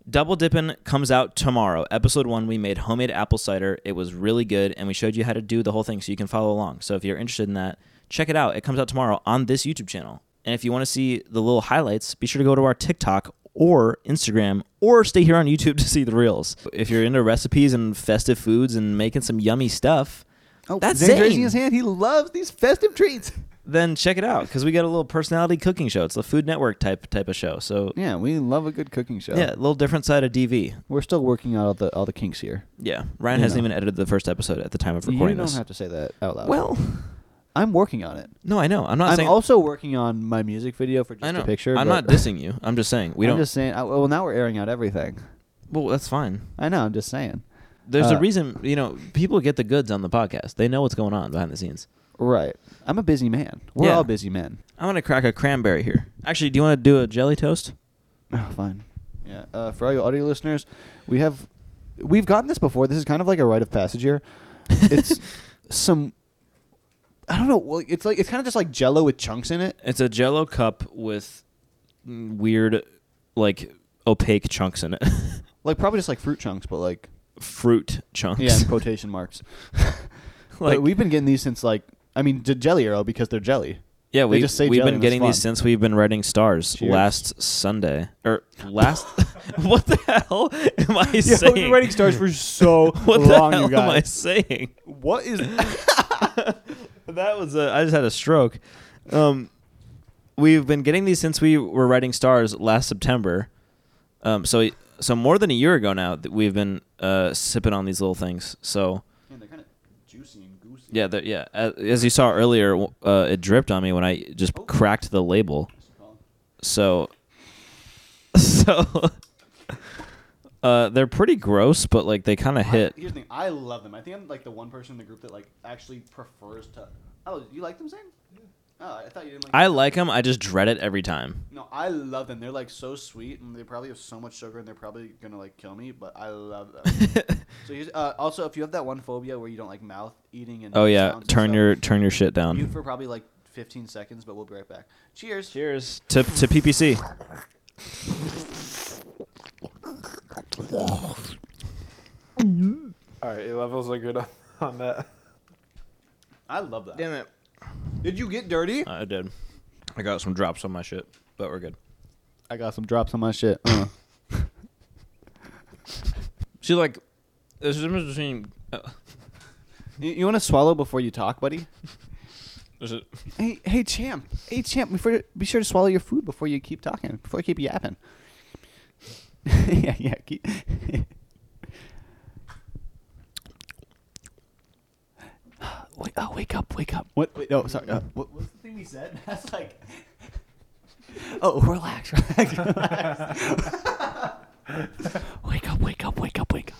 Speaker 1: Double Dippin' comes out tomorrow. Episode one, we made homemade apple cider. It was really good, and we showed you how to do the whole thing so you can follow along. So if you're interested in that, check it out. It comes out tomorrow on this YouTube channel. And if you want to see the little highlights, be sure to go to our TikTok or Instagram or stay here on YouTube [laughs] to see the reels. If you're into recipes and festive foods and making some yummy stuff,
Speaker 2: Oh,
Speaker 1: That's
Speaker 2: Zane's
Speaker 1: Zane.
Speaker 2: raising his hand. He loves these festive treats.
Speaker 1: then check it out because we got a little personality cooking show. It's the Food Network type type of show. So
Speaker 2: Yeah, we love a good cooking show.
Speaker 1: yeah, a little different side of DV.
Speaker 2: we're still working out all the all the kinks here.
Speaker 1: Yeah, Ryan
Speaker 2: You
Speaker 1: hasn't
Speaker 2: know.
Speaker 1: even edited the first episode at the time of
Speaker 2: You
Speaker 1: recording
Speaker 2: don't
Speaker 1: this.
Speaker 2: have to say that out
Speaker 1: [laughs]
Speaker 2: loud.
Speaker 1: Well,
Speaker 2: I'm working on it.
Speaker 1: no, I know. I'm not
Speaker 2: I'm
Speaker 1: saying.
Speaker 2: also working on my music video for just
Speaker 1: I know.
Speaker 2: a picture.
Speaker 1: I'm not
Speaker 2: but- [laughs]
Speaker 1: dissing you. I'm just saying we
Speaker 2: I'm
Speaker 1: don't.
Speaker 2: just saying. I, well, now we're airing out everything.
Speaker 1: well, that's fine.
Speaker 2: I know. I'm just saying.
Speaker 1: There's a
Speaker 2: Uh,
Speaker 1: reason. You know, people get the goods on the podcast. They know what's going on behind the scenes.
Speaker 2: Right. I'm a busy man. We're
Speaker 1: Yeah.
Speaker 2: all busy men.
Speaker 1: I'm gonna crack a cranberry here. Actually, do you want to do a jelly toast?
Speaker 2: Oh, fine. Yeah. Uh, for all you audio listeners, we have we've gotten this before. This is kind of like a rite of passage here.
Speaker 1: [laughs]
Speaker 2: It's some I don't know. Well, it's like it's kind of just like Jello with chunks in it.
Speaker 1: It's a Jello cup with mm, weird, like opaque chunks in it,
Speaker 2: Like probably just like fruit chunks, but like
Speaker 1: [laughs] fruit chunks. [laughs]
Speaker 2: yeah, in quotation marks.
Speaker 1: Like-
Speaker 2: but we've been getting these since like I mean, d- jelly arrow because they're jelly.
Speaker 1: Yeah,
Speaker 2: They
Speaker 1: we
Speaker 2: just say
Speaker 1: we've
Speaker 2: jelly
Speaker 1: been
Speaker 2: and it's
Speaker 1: getting these
Speaker 2: fun.
Speaker 1: since [laughs] we've been writing stars
Speaker 2: Cheers.
Speaker 1: last Sunday
Speaker 2: [laughs]
Speaker 1: or last. [laughs] what the hell am I
Speaker 2: Yeah,
Speaker 1: saying?
Speaker 2: we've been writing stars for so
Speaker 1: [laughs] what
Speaker 2: long,
Speaker 1: the
Speaker 2: you
Speaker 1: hell am I
Speaker 2: guys.
Speaker 1: saying? [laughs]
Speaker 2: What is
Speaker 1: That was a, I just had a stroke. Um, we've been getting these since we were writing stars last September. Um, so so more than a year ago now that we've been uh, sipping on these little things. So
Speaker 2: they're kind of juicy and goosey.
Speaker 1: yeah, they're- yeah. As, as you saw earlier, w- uh, it dripped on me when I just
Speaker 2: Oh.
Speaker 1: cracked the label. So, [laughs] so uh, they're pretty gross, but like they kind of hit.
Speaker 2: here's the thing. I love them. I think I'm like the one person in the group that like actually prefers to. Oh, you like them, Zane? Oh, I thought you didn't like.
Speaker 1: I like them. I just dread it every time.
Speaker 2: No, I love them. They're like so sweet, and they probably have so much sugar, and they're probably gonna like kill me. But I
Speaker 1: [laughs]
Speaker 2: love them. so here's uh, also if you have that one phobia where you don't like mouth eating and
Speaker 1: Oh yeah,
Speaker 2: sounds and
Speaker 1: turn
Speaker 2: stuff,
Speaker 1: your um, turn your shit
Speaker 2: mute
Speaker 1: down.
Speaker 2: for probably like 15 seconds, but we'll be right back. Cheers.
Speaker 1: Cheers to to PPC.
Speaker 3: All right, your levels look good on, on that.
Speaker 2: I love that.
Speaker 1: it!
Speaker 2: Did you get dirty?
Speaker 1: I did. I got some drops on my shit, but we're good.
Speaker 2: I got some drops on my shit. Uh.
Speaker 1: [laughs] See, like, there's a difference between. Uh,
Speaker 2: you want to swallow before you talk, buddy?
Speaker 1: there's a-
Speaker 2: Hey, hey, champ. Hey, champ. Before, be sure to swallow your food before you keep talking. Before you keep yapping. [laughs] yeah, yeah. Keep. [sighs] wake, oh, wake up! Wake up! What? Wait, no, sorry. Uh, what was the thing we said? [laughs] That's like. Oh, relax, relax, [laughs] relax. wake up! Wake up! Wake up! Wake up!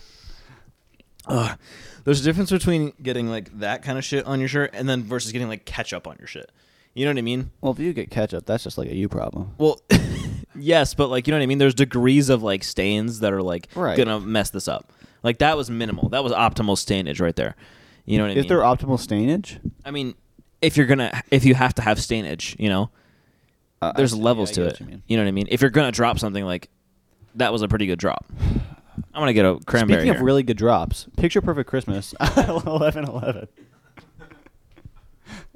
Speaker 1: Ugh. uh, there's a difference between getting like that kind of shit on your shirt and then versus getting like ketchup on your shit. You know what I mean?
Speaker 2: Well, if you get ketchup, that's just like a you problem.
Speaker 1: Well, [laughs] yes, but like you know what I mean. There's degrees of like stains that are like
Speaker 2: Right.
Speaker 1: gonna mess this up. Like that was minimal. That was optimal stainage right there. You know what I mean?
Speaker 2: Is there optimal stainage?
Speaker 1: I mean, if you're gonna, if you have to have stainage, you know,
Speaker 2: Uh,
Speaker 1: there's
Speaker 2: I see.
Speaker 1: levels
Speaker 2: I
Speaker 1: to
Speaker 2: get
Speaker 1: it.
Speaker 2: what you mean.
Speaker 1: know what I mean? If you're gonna drop something like that was a pretty good drop. I'm gonna get a cranberry.
Speaker 2: Speaking of
Speaker 1: here.
Speaker 2: really good drops, Picture Perfect Christmas, [laughs] eleven eleven.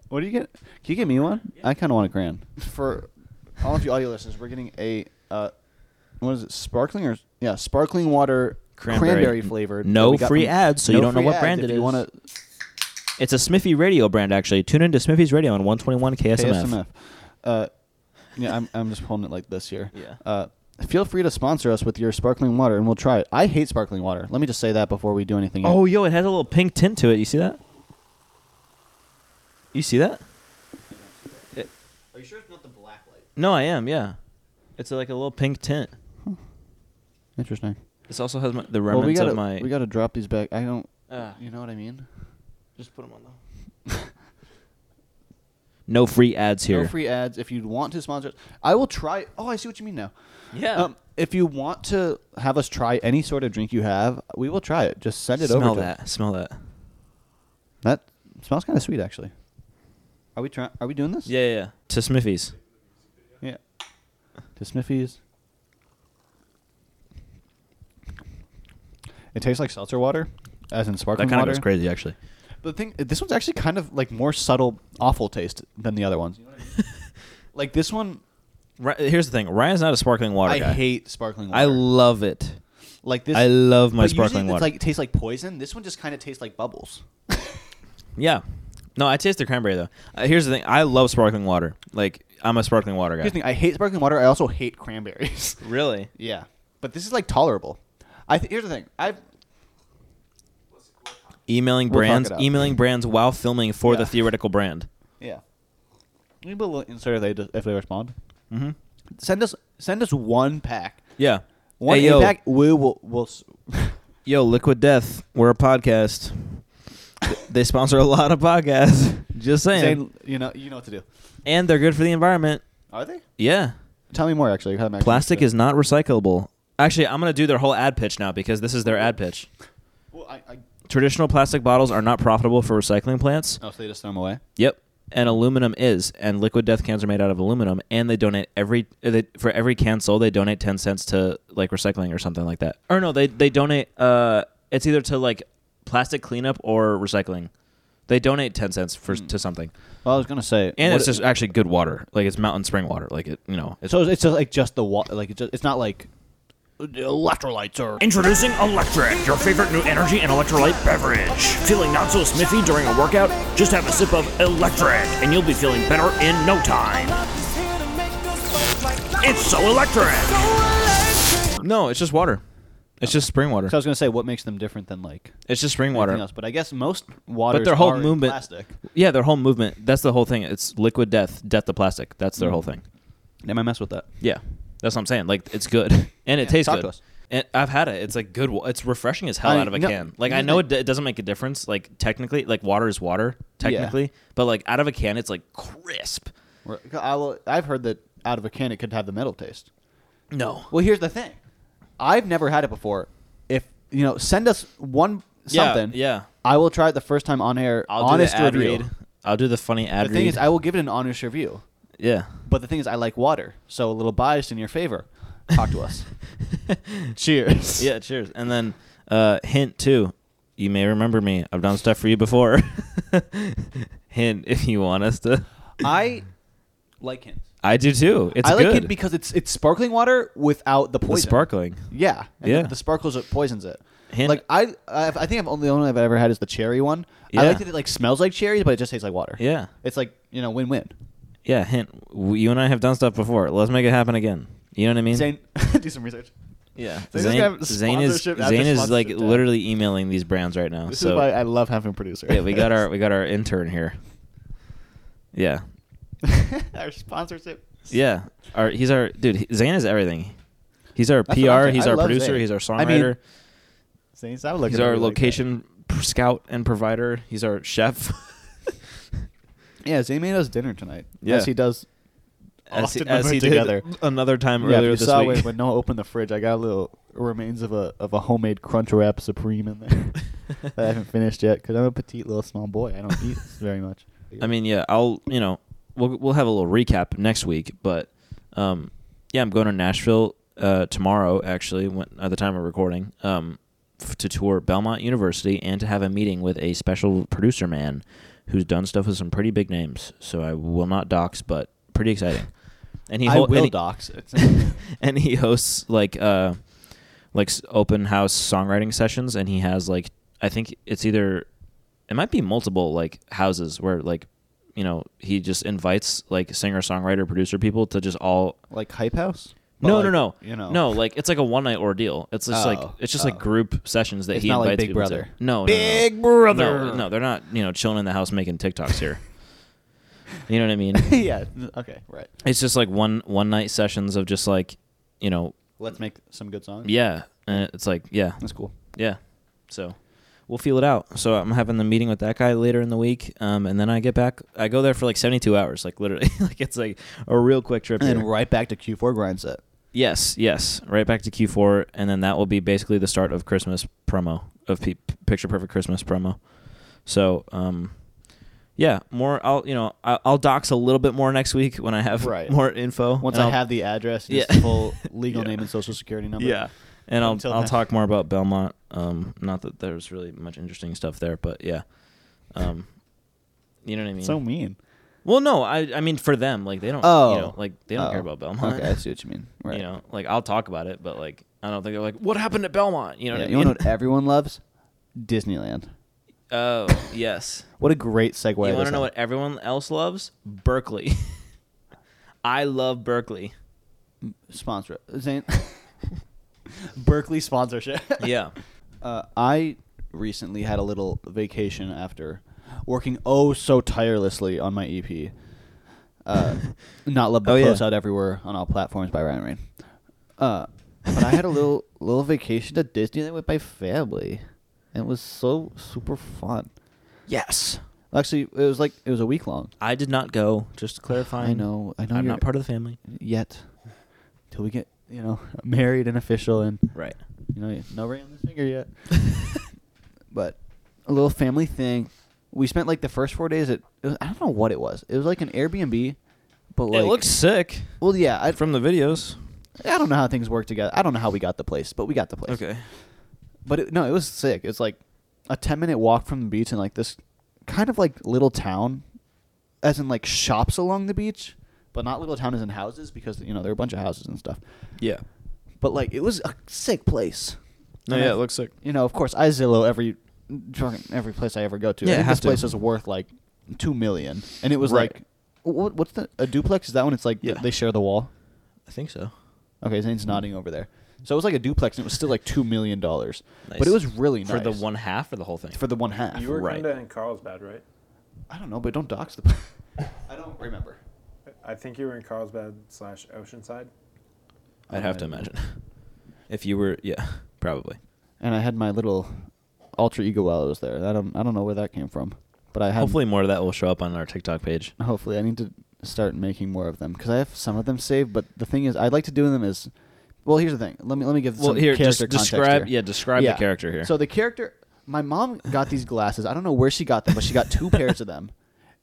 Speaker 2: What do you get? Can you get me one? I kind of want a cran. For all of you audio listeners, we're getting a uh, what is it? Sparkling or yeah, sparkling water
Speaker 1: Cranberry.
Speaker 2: cranberry, flavored.
Speaker 1: No
Speaker 2: that we got
Speaker 1: free ads, so you don't know
Speaker 2: free
Speaker 1: what
Speaker 2: ads.
Speaker 1: brand
Speaker 2: If
Speaker 1: it
Speaker 2: You
Speaker 1: is.
Speaker 2: want
Speaker 1: it's a Smithy Radio brand actually. Tune into Smithy's Radio on 121 KSMF.
Speaker 2: KSMF? Uh, yeah, I'm I'm just holding it like this here.
Speaker 1: Yeah.
Speaker 2: Uh, feel free to sponsor us with your sparkling water, and we'll try it. I hate sparkling water. Let me just say that before we do anything.
Speaker 1: Oh, yo, it has a little pink tint to it. You see that? You see that?
Speaker 2: are you sure it's not the black light?
Speaker 1: No, I am. Yeah, it's like a little pink tint.
Speaker 2: Interesting.
Speaker 1: This also has my, the
Speaker 2: Well, we
Speaker 1: remnants
Speaker 2: gotta
Speaker 1: of my.
Speaker 2: we gotta drop these back. I don't.
Speaker 1: Ah.
Speaker 2: you know what I mean?
Speaker 1: just put them on no free ads here.
Speaker 2: No free ads. If you want to sponsor, us- I will try. Oh, I see what you mean now.
Speaker 1: Yeah.
Speaker 2: Um, if you want to have us try any sort of drink you have, we will try it. Just send it
Speaker 1: Smell
Speaker 2: over. to-
Speaker 1: that. Smell that.
Speaker 2: That smells kind of sweet, actually. Are we trying? Are we doing this?
Speaker 1: Yeah, yeah, yeah. To Smithies.
Speaker 2: Yeah. To Smithies. It tastes like seltzer water, as in
Speaker 1: That
Speaker 2: sparkling
Speaker 1: kind of
Speaker 2: water.
Speaker 1: goes crazy, [laughs] actually.
Speaker 2: But the thing, this one's actually kind of like more subtle, awful taste than the other ones. like this one,
Speaker 1: Ry- Here's the thing. Ryan's not a sparkling water
Speaker 2: I
Speaker 1: guy.
Speaker 2: hate sparkling water.
Speaker 1: I love it.
Speaker 2: like this.
Speaker 1: I love my
Speaker 2: but usually
Speaker 1: sparkling
Speaker 2: it's
Speaker 1: water.
Speaker 2: Like it tastes like poison. This one just kind of tastes like bubbles. [laughs]
Speaker 1: Yeah. No, I taste the cranberry though. Uh, here's the thing. I love sparkling water. Like I'm a sparkling water guy.
Speaker 2: Here's the thing. I hate sparkling water. I also hate cranberries. [laughs]
Speaker 1: Really?
Speaker 2: yeah, but this is like tolerable. I th- here's the thing. I've
Speaker 1: Emailing
Speaker 2: We'll talk
Speaker 1: brands.
Speaker 2: it out.
Speaker 1: Emailing brands while filming for the
Speaker 2: Yeah.
Speaker 1: theoretical brand.
Speaker 2: yeah. Maybe a little insert if they just- if they respond.
Speaker 1: Mm-hmm.
Speaker 2: Send us send us one pack.
Speaker 1: Yeah.
Speaker 2: One
Speaker 1: Hey,
Speaker 2: eight
Speaker 1: yo,
Speaker 2: pack. We will. We'll, s-
Speaker 1: yo, Liquid Death. We're a podcast. they sponsor a lot of podcasts. [laughs] [laughs] Just saying.
Speaker 2: Zane, you know, you know what to do.
Speaker 1: and they're good for the environment.
Speaker 2: Are they?
Speaker 1: Yeah.
Speaker 2: Tell me more. Actually, how
Speaker 1: Plastic is not recyclable. Actually, I'm going to do their whole ad pitch now because this is their ad pitch.
Speaker 2: Well, I, I,
Speaker 1: Traditional plastic bottles are not profitable for recycling plants.
Speaker 2: oh, so they just throw them away.
Speaker 1: Yep. And aluminum is, and liquid death cans are made out of aluminum, and they donate every uh, they, for every can sold, they donate ten cents to like recycling or something like that. Or no, they they donate. Uh, it's either to like plastic cleanup or recycling. They donate ten cents for to something,
Speaker 2: Well, I was gonna say,
Speaker 1: Hmm. and
Speaker 2: what
Speaker 1: it's
Speaker 2: it-
Speaker 1: just actually good water. Like it's mountain spring water. Like it, you know. It's
Speaker 2: so it's just like just the water. Like it's, just, it's not like electrolytes or
Speaker 5: Introducing Electric, your favorite new energy and electrolyte beverage. Feeling not so smithy during a workout? Just have a sip of Electric, and you'll be feeling better in no time. It's so electric!
Speaker 1: no, it's just water. It's just spring water.
Speaker 2: So I was gonna say, what makes them different than like
Speaker 1: It's just spring
Speaker 2: anything
Speaker 1: water.
Speaker 2: else? But I guess most water.
Speaker 1: their whole movement-
Speaker 2: Plastic.
Speaker 1: Yeah, their whole movement. That's the whole thing. It's liquid death, death to plastic. That's their whole thing.
Speaker 2: Am I mess with that?
Speaker 1: Yeah, that's what I'm saying. Like it's good [laughs] and it
Speaker 2: Yeah,
Speaker 1: tastes
Speaker 2: talk
Speaker 1: good.
Speaker 2: to us.
Speaker 1: And I've had it. It's like good. wa- It's refreshing as hell
Speaker 2: I-
Speaker 1: out of a
Speaker 2: no,
Speaker 1: can. Like I
Speaker 2: here's
Speaker 1: know it,
Speaker 2: the-
Speaker 1: d- it doesn't make a difference. Like technically, like water is water technically, but like out of a can, it's like crisp.
Speaker 2: Or- I will, I've heard that out of a can it could have the metal taste.
Speaker 1: No.
Speaker 2: Well, here's the thing. I've never had it before. If you know, send us one
Speaker 1: Yeah,
Speaker 2: something.
Speaker 1: yeah.
Speaker 2: I will try it the first time on air.
Speaker 1: I'll
Speaker 2: honest
Speaker 1: do the ad
Speaker 2: review.
Speaker 1: read. I'll do the funny ad
Speaker 2: The thing
Speaker 1: read.
Speaker 2: is, I will give it an honest review.
Speaker 1: yeah.
Speaker 2: But the thing is, I like water, so a little biased in your favor. Talk to [laughs] us. [laughs] Cheers.
Speaker 1: [laughs] Yeah. Cheers. And then uh, hint too. You may remember me. I've done stuff for you before. [laughs] hint if you want us to.
Speaker 2: I like hints.
Speaker 1: I do too. It's
Speaker 2: I like
Speaker 1: good.
Speaker 2: it because it's it's sparkling water without the
Speaker 1: the
Speaker 2: poison.
Speaker 1: sparkling.
Speaker 2: Yeah, and
Speaker 1: Yeah.
Speaker 2: The, the sparkles it poisons it.
Speaker 1: Hint-
Speaker 2: like I, I, I think I've only the only I've ever had is the cherry one.
Speaker 1: Yeah.
Speaker 2: I like that it like smells like cherries, but it just tastes like water.
Speaker 1: Yeah.
Speaker 2: it's like you know win win.
Speaker 1: Yeah, hint. W- You and I have done stuff before. Let's make it happen again. You know what I mean?
Speaker 2: Zane, [laughs] do some research.
Speaker 1: yeah.
Speaker 2: Zane's
Speaker 1: Zane,
Speaker 2: got
Speaker 1: Zane is
Speaker 2: sponsorship after
Speaker 1: Zane is like
Speaker 2: sponsorship time.
Speaker 1: literally emailing these brands right now.
Speaker 2: This
Speaker 1: so
Speaker 2: is why I love having a producer.
Speaker 1: yeah, we got our we got our intern here. Yeah,
Speaker 2: [laughs] our sponsorship.
Speaker 1: yeah. Our he's our dude. he- Zane is everything. He's our
Speaker 2: That's what I'm
Speaker 1: PR.
Speaker 2: saying.
Speaker 1: He's
Speaker 2: I
Speaker 1: our
Speaker 2: love
Speaker 1: producer.
Speaker 2: Zane.
Speaker 1: He's our
Speaker 2: I mean,
Speaker 1: songwriter.
Speaker 2: Zane, stop looking.
Speaker 1: he's
Speaker 2: at
Speaker 1: our
Speaker 2: me like that.
Speaker 1: location p- scout and provider. He's our chef.
Speaker 2: yeah, Zane made us dinner tonight.
Speaker 1: Yeah.
Speaker 2: as he does.
Speaker 1: as he,
Speaker 2: Often
Speaker 1: as
Speaker 2: when
Speaker 1: he
Speaker 2: we're together.
Speaker 1: did another time
Speaker 2: yeah, if
Speaker 1: earlier
Speaker 2: you
Speaker 1: this
Speaker 2: saw
Speaker 1: week.
Speaker 2: When, when Noah opened the fridge, I got a little remains of a of a homemade Crunch Wrap Supreme in there
Speaker 1: [laughs]
Speaker 2: that I haven't finished yet because I'm a petite little small boy. I don't eat very much.
Speaker 1: I mean, yeah, I'll you know we'll we'll have a little recap next week, but um, yeah, I'm going to Nashville uh, tomorrow actually when, at the time of recording um, f- to tour Belmont University and to have a meeting with a special producer man who's done stuff with some pretty big names. So I will not dox, but pretty exciting. And he
Speaker 2: [laughs] I
Speaker 1: hol-
Speaker 2: will
Speaker 1: and he-
Speaker 2: dox
Speaker 1: [laughs]
Speaker 2: it.
Speaker 1: and he hosts like uh like s- open house songwriting sessions and he has like i think it's either it might be multiple like houses where like you know he just invites like singer songwriter producer people to just all
Speaker 2: like Hype House. But
Speaker 1: no
Speaker 2: like,
Speaker 1: no no
Speaker 2: You know,
Speaker 1: no like it's like a one night ordeal it's just like
Speaker 2: Oh,
Speaker 1: it's just
Speaker 2: oh.
Speaker 1: like group sessions that
Speaker 2: It's
Speaker 1: he
Speaker 2: not like
Speaker 1: invites
Speaker 2: Big
Speaker 1: people to.
Speaker 2: Brother.
Speaker 1: no no,
Speaker 2: Big
Speaker 1: no.
Speaker 2: Brother.
Speaker 1: no, no they're not you know chilling in the house making tiktoks
Speaker 2: [laughs]
Speaker 1: here you know what i mean
Speaker 2: [laughs] yeah. n- Okay. Right.
Speaker 1: it's just like one one night sessions of just like you know
Speaker 2: Let's make some good songs.
Speaker 1: yeah, and it's like yeah,
Speaker 2: That's cool.
Speaker 1: yeah. So we'll feel it out. So I'm having the meeting with that guy later in the week, um, and then I get back. I go there for like 72 hours, like literally, [laughs] like it's like a real quick trip.
Speaker 2: And then
Speaker 1: here.
Speaker 2: right back to Q4 grind set.
Speaker 1: yes, yes, right back to Q4, and then that will be basically the start of Christmas promo of P- Picture Perfect Christmas promo. So um, yeah, more. I'll you know I- I'll dox a little bit more next week when I have
Speaker 2: Right.
Speaker 1: [laughs] more info.
Speaker 2: Once
Speaker 1: and
Speaker 2: I
Speaker 1: I'll-
Speaker 2: have the address, just
Speaker 1: Yeah. [laughs]
Speaker 2: full legal
Speaker 1: Yeah.
Speaker 2: name and social security number.
Speaker 1: Yeah. And I'll
Speaker 2: Until
Speaker 1: I'll
Speaker 2: then.
Speaker 1: talk more about Belmont. Um, not that there's really much interesting stuff there, but yeah. Um, you know what I mean?
Speaker 2: So mean.
Speaker 1: well, no, I I mean for them, like they don't,
Speaker 2: Oh.
Speaker 1: you know, like they don't care
Speaker 2: Oh.
Speaker 1: about Belmont.
Speaker 2: Okay, I see what you mean.
Speaker 1: [laughs]
Speaker 2: Right.
Speaker 1: You know, like I'll talk about it, but like I don't think they're like, what happened at Belmont? You know
Speaker 2: Yeah,
Speaker 1: what
Speaker 2: you
Speaker 1: I
Speaker 2: wanna
Speaker 1: mean?
Speaker 2: know what everyone loves? Disneyland.
Speaker 1: [laughs] oh
Speaker 2: [laughs]
Speaker 1: yes.
Speaker 2: What a great segue.
Speaker 1: you
Speaker 2: this
Speaker 1: want to know
Speaker 2: had.
Speaker 1: what everyone else loves? Berkeley. [laughs] I love Berkeley.
Speaker 2: sponsor Zane [laughs] Berkeley sponsorship. [laughs]
Speaker 1: Yeah.
Speaker 2: Uh, I recently had a little vacation after working oh so tirelessly on my EP.
Speaker 1: [laughs]
Speaker 2: Uh, not love but
Speaker 1: Oh, yeah.
Speaker 2: close out everywhere on all platforms by Ryan Rain. Uh, but I had a little [laughs] little vacation to Disneyland with my family, and it was so super fun.
Speaker 1: yes.
Speaker 2: Actually, it was like it was a week long.
Speaker 1: I did not go. Just clarifying.
Speaker 2: I know. I know.
Speaker 1: I'm
Speaker 2: you're-
Speaker 1: not part of the family.
Speaker 2: yet. Till we get you know [laughs] married and official, and
Speaker 1: Right.
Speaker 2: you know no ring on this
Speaker 1: [laughs]
Speaker 2: finger yet. but a little family thing. We spent like the first four days at it was, I don't know what it was. It was like an Airbnb, but like
Speaker 1: it looks sick
Speaker 2: well, yeah. I,
Speaker 1: from the videos.
Speaker 2: I don't know how things work together. I don't know how we got the place, but we got the place.
Speaker 1: Okay.
Speaker 2: But it, no, it was sick. It's like a ten minute walk from the beach and like this kind of like little town, as in like shops along the beach, but not little town as in houses because you know there are a bunch of houses and stuff.
Speaker 1: Yeah.
Speaker 2: But like it was a sick place.
Speaker 1: No,
Speaker 2: And
Speaker 1: yeah,
Speaker 2: I-
Speaker 1: it looks sick.
Speaker 2: You know, of course, I Zillow every fucking every place I ever go to.
Speaker 1: Yeah,
Speaker 2: I
Speaker 1: it
Speaker 2: think
Speaker 1: has
Speaker 2: this
Speaker 1: to.
Speaker 2: place is worth like two million, and it was
Speaker 1: Right.
Speaker 2: like, what, what's the a duplex? Is that one? It's like
Speaker 1: Yeah.
Speaker 2: they share the wall.
Speaker 1: I think so.
Speaker 2: Okay, Zane's nodding over there. So it was like a duplex, and it was still like two million dollars. But
Speaker 1: Nice.
Speaker 2: it was really nice
Speaker 1: For the one half or the whole thing?
Speaker 2: for the one half.
Speaker 3: You were
Speaker 1: Right.
Speaker 3: kinda in Carlsbad, right?
Speaker 2: I don't know, but don't dox the. [laughs] I don't remember.
Speaker 3: I think you were in Carlsbad slash Oceanside.
Speaker 1: I'd have to imagine. [laughs] If you were, yeah, [laughs] probably.
Speaker 2: And I had my little alter ego while I was there. I don't I don't know where that came from, but I had
Speaker 1: Hopefully, more of that will show up on our TikTok page.
Speaker 2: Hopefully, I need to start making more of them because I have some of them saved. But the thing is, I'd like to do them as well. Here's the thing. Let me let me give
Speaker 1: Well,
Speaker 2: some
Speaker 1: here, just
Speaker 2: character context
Speaker 1: describe-
Speaker 2: here.
Speaker 1: yeah, describe the character here.
Speaker 2: So the character, my mom got these glasses. I don't know where she got them, but she got two pairs of them,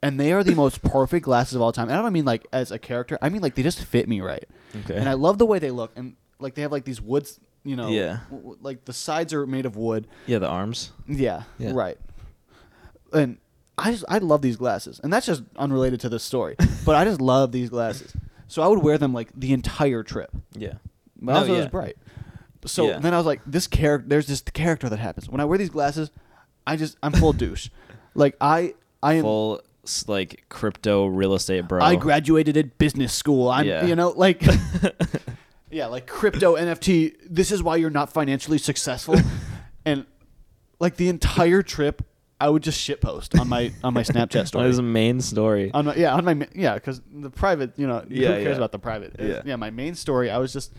Speaker 2: and they are the most perfect glasses of all time. And I don't mean like as a character. I mean like they just fit me right.
Speaker 1: Okay.
Speaker 2: And I love the way they look, and like they have like these woods. You know,
Speaker 1: Yeah.
Speaker 2: w- w- like the sides are made of wood,
Speaker 1: Yeah, the arms.
Speaker 2: yeah,
Speaker 1: Yeah.
Speaker 2: right. And I just I love these glasses, and that's just unrelated to this story. [laughs] but I just love these glasses, so I would wear them like the entire trip.
Speaker 1: Yeah.
Speaker 2: But
Speaker 1: No,
Speaker 2: also, it was
Speaker 1: yeah.
Speaker 2: bright. So
Speaker 1: Yeah.
Speaker 2: then I was like, this character. There's this character that happens when I wear these glasses. I just I'm full douche. Like I I am.
Speaker 1: Full, s- like, crypto real estate bro.
Speaker 2: I graduated at business school. I'm
Speaker 1: Yeah.
Speaker 2: you know
Speaker 1: [laughs]
Speaker 2: like. [laughs] Yeah, like crypto NFT. This is why you're not
Speaker 1: [laughs]
Speaker 2: financially successful. and like the entire trip, I would just shit post on my
Speaker 1: [laughs]
Speaker 2: on my Snapchat
Speaker 1: That
Speaker 2: story. Um,
Speaker 1: is a main story.
Speaker 2: on my, yeah, on my ma- yeah, because the private, you know,
Speaker 1: Yeah,
Speaker 2: who cares
Speaker 1: yeah.
Speaker 2: about the private? It-
Speaker 1: Yeah.
Speaker 2: yeah, my main story. I was just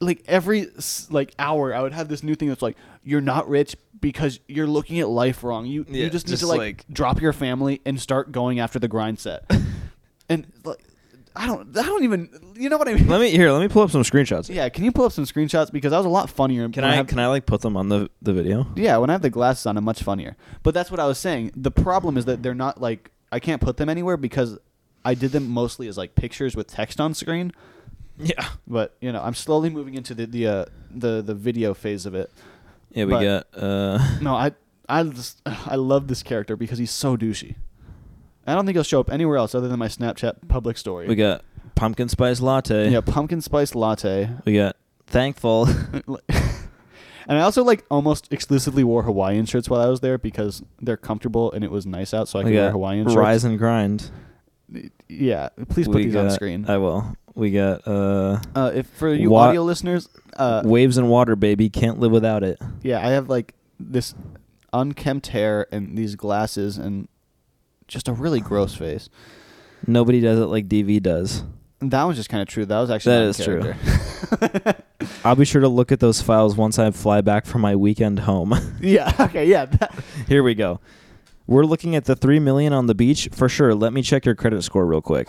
Speaker 2: like every s- like hour, I would have this new thing that's like, you're not rich because you're looking at life wrong. You
Speaker 1: Yeah,
Speaker 2: you just need
Speaker 1: just
Speaker 2: to like,
Speaker 1: like-
Speaker 2: drop your family and start going after the
Speaker 1: [laughs]
Speaker 2: grind set. and like, I don't, I don't even, you know what I mean?
Speaker 1: let me here. Let me pull up some screenshots.
Speaker 2: Yeah, can you pull up some screenshots because I was a lot funnier.
Speaker 1: Can
Speaker 2: when
Speaker 1: I?
Speaker 2: have-
Speaker 1: Can I like put them on the the video?
Speaker 2: Yeah, when I have the glasses on, I'm much funnier. But that's what I was saying. The problem is that they're not like I can't put them anywhere because I did them mostly as like pictures with text on screen.
Speaker 1: Yeah.
Speaker 2: But you know, I'm slowly moving into the the uh, the the video phase of it.
Speaker 1: Yeah. We
Speaker 2: But-
Speaker 1: got. Uh,
Speaker 2: No, I I just [sighs] I love this character because he's so douchey. I don't think he'll show up anywhere else other than my Snapchat public story.
Speaker 1: We got pumpkin spice latte.
Speaker 2: yeah, pumpkin spice latte. [laughs]
Speaker 1: We got thankful.
Speaker 2: And I also like almost exclusively wore Hawaiian shirts while I was there because they're comfortable and it was nice out, so I
Speaker 1: we
Speaker 2: could wear
Speaker 1: got
Speaker 2: Hawaiian shirts.
Speaker 1: rise and grind.
Speaker 2: Yeah, please put
Speaker 1: We
Speaker 2: these
Speaker 1: got,
Speaker 2: on screen.
Speaker 1: I will. We got uh,
Speaker 2: uh, if for you
Speaker 1: Wa-
Speaker 2: audio listeners, uh,
Speaker 1: waves and water, baby. Can't live without it.
Speaker 2: yeah, I have like this unkempt hair and these glasses and just a really gross face.
Speaker 1: Nobody does it like DV does.
Speaker 2: And that was just kind of true. That was actually
Speaker 1: That
Speaker 2: not in
Speaker 1: is true.
Speaker 2: character. [laughs]
Speaker 1: I'll be sure to look at those files once I fly back from my weekend home. [laughs]
Speaker 2: yeah. Okay. Yeah. that-
Speaker 1: Here we go. We're looking at the three million on the beach for sure. Let me check your credit score real quick,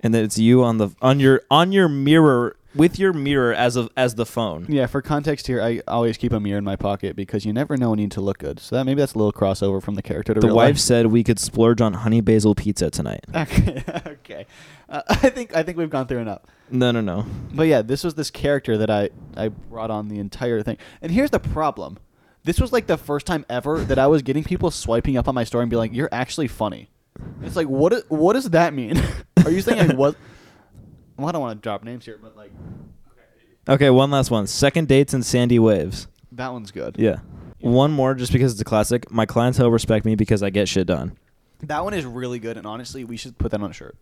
Speaker 1: and then it's you on the on your on your mirror with your mirror as of as the phone.
Speaker 2: yeah. For context here, I always keep a mirror in my pocket because you never know when you need to look good. So that maybe that's a little crossover from the character to
Speaker 1: The
Speaker 2: real
Speaker 1: wife
Speaker 2: life. Uh,
Speaker 1: said we could splurge on honey basil pizza tonight.
Speaker 2: [laughs] Okay. [laughs] okay. Uh, [laughs] I think I think we've gone through enough.
Speaker 1: No, no, no.
Speaker 2: But yeah, this was this character that I I brought on the entire thing. And here's the problem. This was like the first time ever that I was getting people swiping up on my story and be like, "You're actually funny." It's like, what is, what does that mean? [laughs] [laughs] Are you saying I was Well, I don't want to drop names here, but like
Speaker 1: [laughs] Okay, one last one. Second dates and sandy waves.
Speaker 2: that one's good.
Speaker 1: Yeah. One more just because it's a classic. My clientele respect me because I get shit done.
Speaker 2: That one is really good and honestly, we should put that on a shirt.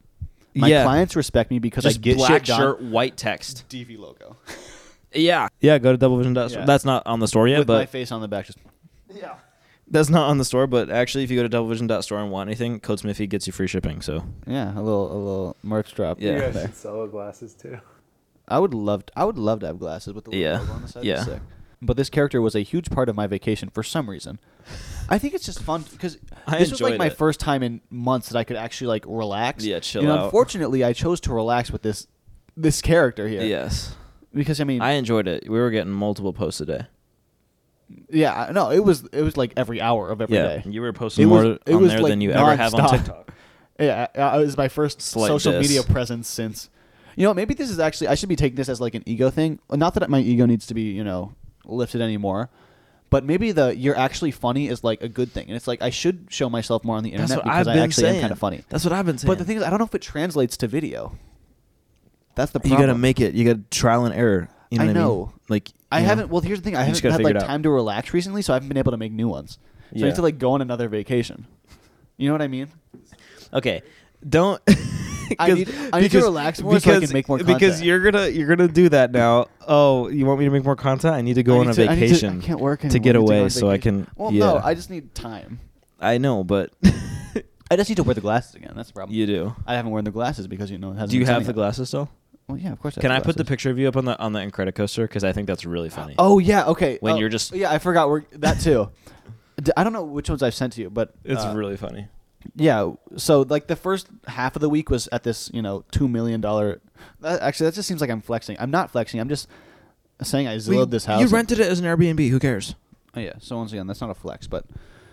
Speaker 2: My
Speaker 1: Yeah.
Speaker 2: clients respect me because I get shit done.
Speaker 1: white text.
Speaker 2: DV logo.
Speaker 1: Yeah. Yeah, go to doublevision.store.
Speaker 2: Yeah.
Speaker 1: That's not on the store yet,
Speaker 2: [laughs] With my
Speaker 1: but
Speaker 2: face on the back just
Speaker 1: that's not on the store, but actually if you go to doublevision.store and want anything, code Smithy gets you free shipping, so
Speaker 2: yeah, a little a little merch drop.
Speaker 1: Yeah.
Speaker 3: You guys
Speaker 2: there.
Speaker 3: should sell the glasses too.
Speaker 1: [sighs]
Speaker 2: I would love to, I would love to have glasses with the little
Speaker 1: Yeah.
Speaker 2: logo on the side.
Speaker 1: Yeah.
Speaker 2: That's sick. But this character was a huge part of my vacation for some reason. I think it's just fun because
Speaker 1: [laughs] I
Speaker 2: this was like
Speaker 1: enjoyed
Speaker 2: my
Speaker 1: it.
Speaker 2: first time in months that I could actually like relax.
Speaker 1: Yeah, chill
Speaker 2: And
Speaker 1: out.
Speaker 2: unfortunately, I chose to relax with this this character here.
Speaker 1: Yes.
Speaker 2: because I mean,
Speaker 1: I enjoyed it. We were getting multiple posts a day.
Speaker 2: yeah, I- no, it was it was like every hour of every day.
Speaker 1: yeah. You were posting
Speaker 2: It was-
Speaker 1: more
Speaker 2: it
Speaker 1: on
Speaker 2: was,
Speaker 1: there
Speaker 2: like,
Speaker 1: than you ever have on
Speaker 2: nonstop.
Speaker 1: TikTok.
Speaker 2: [laughs] Yeah, I- I- it was my first
Speaker 1: Slight
Speaker 2: social
Speaker 1: diss.
Speaker 2: media presence since. You know, maybe this is actually I should be taking this as like an ego thing. Not that my ego needs to be you know lifted anymore, but maybe the you're actually funny is like a good thing, and it's like I should show myself more on the internet because I actually am kind of funny.
Speaker 1: That's what I've been saying.
Speaker 2: But the thing is, I don't know if it translates to video. That's the
Speaker 1: you
Speaker 2: problem.
Speaker 1: gotta make it. You gotta trial and error. You know
Speaker 2: I
Speaker 1: what I mean?
Speaker 2: know.
Speaker 1: Like
Speaker 2: I
Speaker 1: you know,
Speaker 2: haven't. Well, here's the thing. I
Speaker 1: you just
Speaker 2: haven't
Speaker 1: gotta
Speaker 2: had
Speaker 1: figure
Speaker 2: like
Speaker 1: it out.
Speaker 2: time to relax recently, so I haven't been able to make new ones. So I
Speaker 1: Yeah.
Speaker 2: need to like go on another vacation. You know what I mean?
Speaker 1: Okay, [laughs] don't.
Speaker 2: I need- I need to relax more so I can make more
Speaker 1: Because
Speaker 2: content.
Speaker 1: you're gonna you're gonna do that now. Oh, you want me to make more content? I need to go
Speaker 2: I
Speaker 1: on
Speaker 2: need
Speaker 1: a
Speaker 2: to- I need to-
Speaker 1: vacation.
Speaker 2: I can't work
Speaker 1: to
Speaker 2: anymore. I need
Speaker 1: get
Speaker 2: go
Speaker 1: away,
Speaker 2: on
Speaker 1: so I
Speaker 2: vacation.
Speaker 1: can.
Speaker 2: Well,
Speaker 1: yeah,
Speaker 2: no, I just need time.
Speaker 1: I know,
Speaker 2: [laughs]
Speaker 1: but
Speaker 2: I just need to wear the glasses again. That's the problem.
Speaker 1: you do.
Speaker 2: I haven't worn the glasses because you know. It hasn't
Speaker 1: Do you
Speaker 2: been
Speaker 1: have the
Speaker 2: sunny out.
Speaker 1: glasses still?
Speaker 2: Well, yeah, of course.
Speaker 1: Can I
Speaker 2: have
Speaker 1: put the
Speaker 2: glasses.
Speaker 1: picture of you up on the on the Incredicoaster? Because I think that's really funny.
Speaker 2: Oh yeah, okay.
Speaker 1: When
Speaker 2: Oh,
Speaker 1: you're just-
Speaker 2: yeah, I forgot we're,
Speaker 1: [laughs]
Speaker 2: that too. D- I don't know which ones I've sent to you, but
Speaker 1: it's
Speaker 2: uh,
Speaker 1: really funny.
Speaker 2: yeah. So like the first half of the week was at this you know two million dollar. That, actually, that just seems like I'm flexing. I'm not flexing. I'm just saying I zillowed this house.
Speaker 1: You
Speaker 2: and-
Speaker 1: rented it as an Airbnb. Who cares?
Speaker 2: Oh, yeah. So once again, that's not a flex, but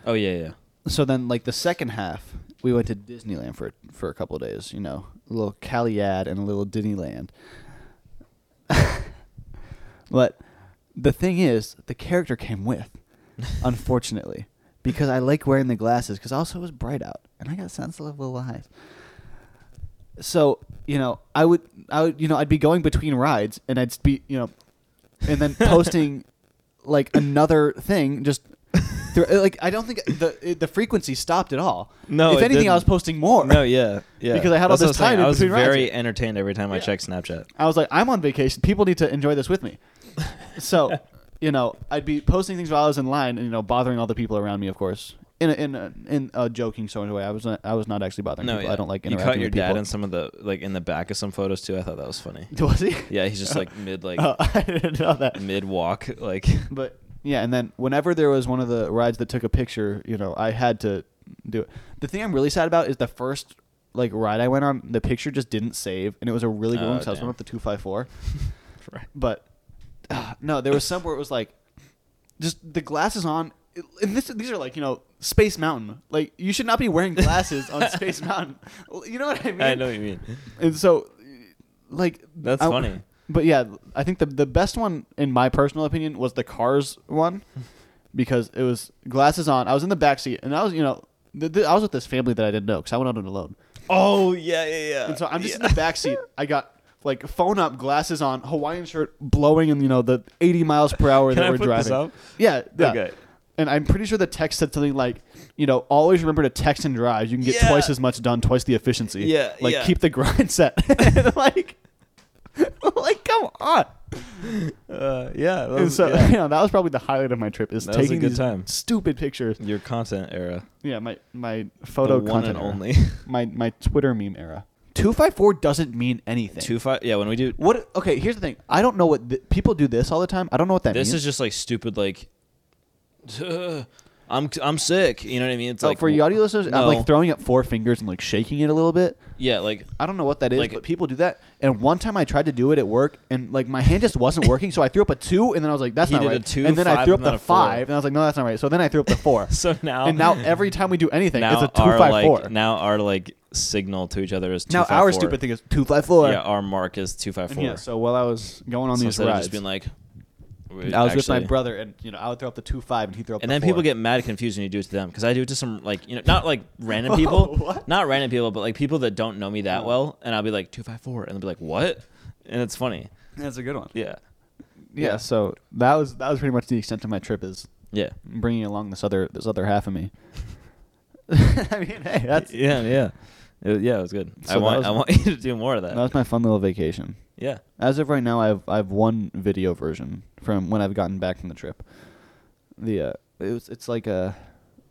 Speaker 1: Oh yeah, yeah.
Speaker 2: so then like the second half we went to disneyland for for a couple of days you know a little caliad and a little disneyland but the thing is the character
Speaker 1: [laughs]
Speaker 2: came with unfortunately because i like wearing the glasses because also it was bright out and i got sensitive little eyes so you know i would i would you know i'd be going between rides and i'd be you know
Speaker 1: [laughs]
Speaker 2: and then posting like another thing just through, like i don't think the it- the frequency stopped at all
Speaker 1: No,
Speaker 2: if
Speaker 1: it
Speaker 2: anything
Speaker 1: didn't.
Speaker 2: i was posting more
Speaker 1: No, yeah, yeah.
Speaker 2: Because I had all
Speaker 1: That's what I
Speaker 2: this
Speaker 1: was saying.
Speaker 2: time in
Speaker 1: I was
Speaker 2: between rides.
Speaker 1: very entertained every time I checked Snapchat.
Speaker 2: i was like i'm on vacation people need to enjoy this
Speaker 1: [laughs]
Speaker 2: with me so you know i'd be posting things while i was in line and you know bothering all the people around me of course in a, in a, in a joking sort of way i was not, i was not actually bothering people i don't like
Speaker 1: you
Speaker 2: interacting
Speaker 1: caught your
Speaker 2: with
Speaker 1: dad
Speaker 2: people.
Speaker 1: in some of the like in the back of some photos too. I thought that was funny.
Speaker 2: [laughs] was he
Speaker 1: Yeah, he's just like mid
Speaker 2: [laughs]
Speaker 1: like
Speaker 2: oh, i didn't know that
Speaker 1: mid walk like. [laughs]
Speaker 2: But yeah, and then whenever there was one of the rides that took a picture, you know, I had to do it. The thing I'm really sad about is the first like ride I went on, the picture just didn't save, and it was a really good
Speaker 1: Oh,
Speaker 2: one because I was
Speaker 1: damn.
Speaker 2: one up the two
Speaker 1: [laughs]
Speaker 2: five four.
Speaker 1: Right.
Speaker 2: But [sighs] ah, no, there was some where it was like just the glasses on, and this these are like you know Space Mountain. Like you should not be wearing
Speaker 1: [laughs]
Speaker 2: glasses on Space Mountain. [laughs] You know what I mean?
Speaker 1: I know what you mean.
Speaker 2: And so, like
Speaker 1: That's
Speaker 2: I-
Speaker 1: funny.
Speaker 2: But yeah, I think the the best one in my personal opinion was the Cars
Speaker 1: [laughs]
Speaker 2: one because it was glasses on. I was in the back seat and I was you know th- th- I was with this family that I didn't know because I went on it alone.
Speaker 1: Oh yeah, yeah, yeah.
Speaker 2: And so I'm just
Speaker 1: Yeah.
Speaker 2: in the back
Speaker 1: [laughs]
Speaker 2: seat. I got like phone up, glasses on, Hawaiian shirt blowing in you know the 80 miles per hour
Speaker 1: Can
Speaker 2: that
Speaker 1: I
Speaker 2: we're
Speaker 1: put
Speaker 2: driving.
Speaker 1: this up?
Speaker 2: Yeah, yeah.
Speaker 1: Okay.
Speaker 2: And I'm pretty sure the text said something like, you know, always remember to text and drive. You can get
Speaker 1: Yeah.
Speaker 2: twice as much done, twice the efficiency.
Speaker 1: Yeah,
Speaker 2: like
Speaker 1: yeah.
Speaker 2: keep the grind [laughs] set. like, [laughs] like come on.
Speaker 1: Uh, yeah, that
Speaker 2: And
Speaker 1: was,
Speaker 2: so [laughs]
Speaker 1: yeah.
Speaker 2: um, you know that was probably the highlight of my trip is
Speaker 1: That was a
Speaker 2: taking
Speaker 1: good
Speaker 2: these
Speaker 1: time.
Speaker 2: stupid pictures.
Speaker 1: your content era,
Speaker 2: Yeah, my my
Speaker 1: the
Speaker 2: photo
Speaker 1: one and
Speaker 2: content era. [laughs]
Speaker 1: only.
Speaker 2: my my Twitter meme era. Two five four doesn't mean anything.
Speaker 1: Two five. Yeah, when we do
Speaker 2: What? Okay, here's the thing. I don't know what th- people do this all the time. I don't know what that
Speaker 1: this
Speaker 2: means.
Speaker 1: is just like stupid like. [sighs] I'm I'm sick. You know what I mean? It's
Speaker 2: Oh,
Speaker 1: like
Speaker 2: for you audio listeners.
Speaker 1: no.
Speaker 2: I'm like throwing up four fingers and like shaking it a little bit.
Speaker 1: Yeah, like
Speaker 2: I don't know what that is,
Speaker 1: Like-
Speaker 2: but people do that. And one time I tried to do it at work, and like my hand just
Speaker 1: [laughs]
Speaker 2: wasn't working, so I threw up a two, and then I was like, "That's
Speaker 1: He
Speaker 2: not
Speaker 1: did a
Speaker 2: right."
Speaker 1: two,
Speaker 2: and then I
Speaker 1: five,
Speaker 2: threw up
Speaker 1: and then
Speaker 2: the
Speaker 1: a four.
Speaker 2: five, and I was like, "No, that's not right." So then I threw up the four.
Speaker 1: [laughs] So now-
Speaker 2: and [laughs] now every time we do
Speaker 1: [laughs]
Speaker 2: anything,
Speaker 1: now
Speaker 2: it's a two
Speaker 1: our
Speaker 2: five
Speaker 1: like
Speaker 2: four.
Speaker 1: now our like signal to each other is two,
Speaker 2: Now
Speaker 1: five,
Speaker 2: our
Speaker 1: four.
Speaker 2: stupid thing is two five four.
Speaker 1: Yeah, our mark is two five
Speaker 2: And
Speaker 1: four.
Speaker 2: yeah, so while I was going on
Speaker 1: So
Speaker 2: these
Speaker 1: instead of
Speaker 2: rides,
Speaker 1: just being like, we
Speaker 2: I was with my
Speaker 1: actually-
Speaker 2: brother, and you know I would throw up the two five, and he threw up.
Speaker 1: And
Speaker 2: the
Speaker 1: then
Speaker 2: four.
Speaker 1: people get mad confused when you do it to them because I do it to some like you know not
Speaker 2: [laughs]
Speaker 1: like random
Speaker 2: Whoa,
Speaker 1: people,
Speaker 2: Oh, what? Oh.
Speaker 1: not random people, but like people that don't know me that well, and I'll be like two five four, and they'll be like what? And it's funny.
Speaker 2: That's a good one.
Speaker 1: Yeah,
Speaker 2: yeah,
Speaker 1: Yeah.
Speaker 2: so that was that was pretty much the extent of my trip is
Speaker 1: yeah,
Speaker 2: bringing along this other this other half of me. [laughs] I mean, hey, that's
Speaker 1: yeah, yeah, It- yeah. It was good.
Speaker 2: So
Speaker 1: I
Speaker 2: that
Speaker 1: want
Speaker 2: was-
Speaker 1: I want [laughs] you to do more of that.
Speaker 2: that was my fun little vacation.
Speaker 1: yeah,
Speaker 2: As of right now, I've I've one video version from when I've gotten back from the trip. The uh, it was it's like a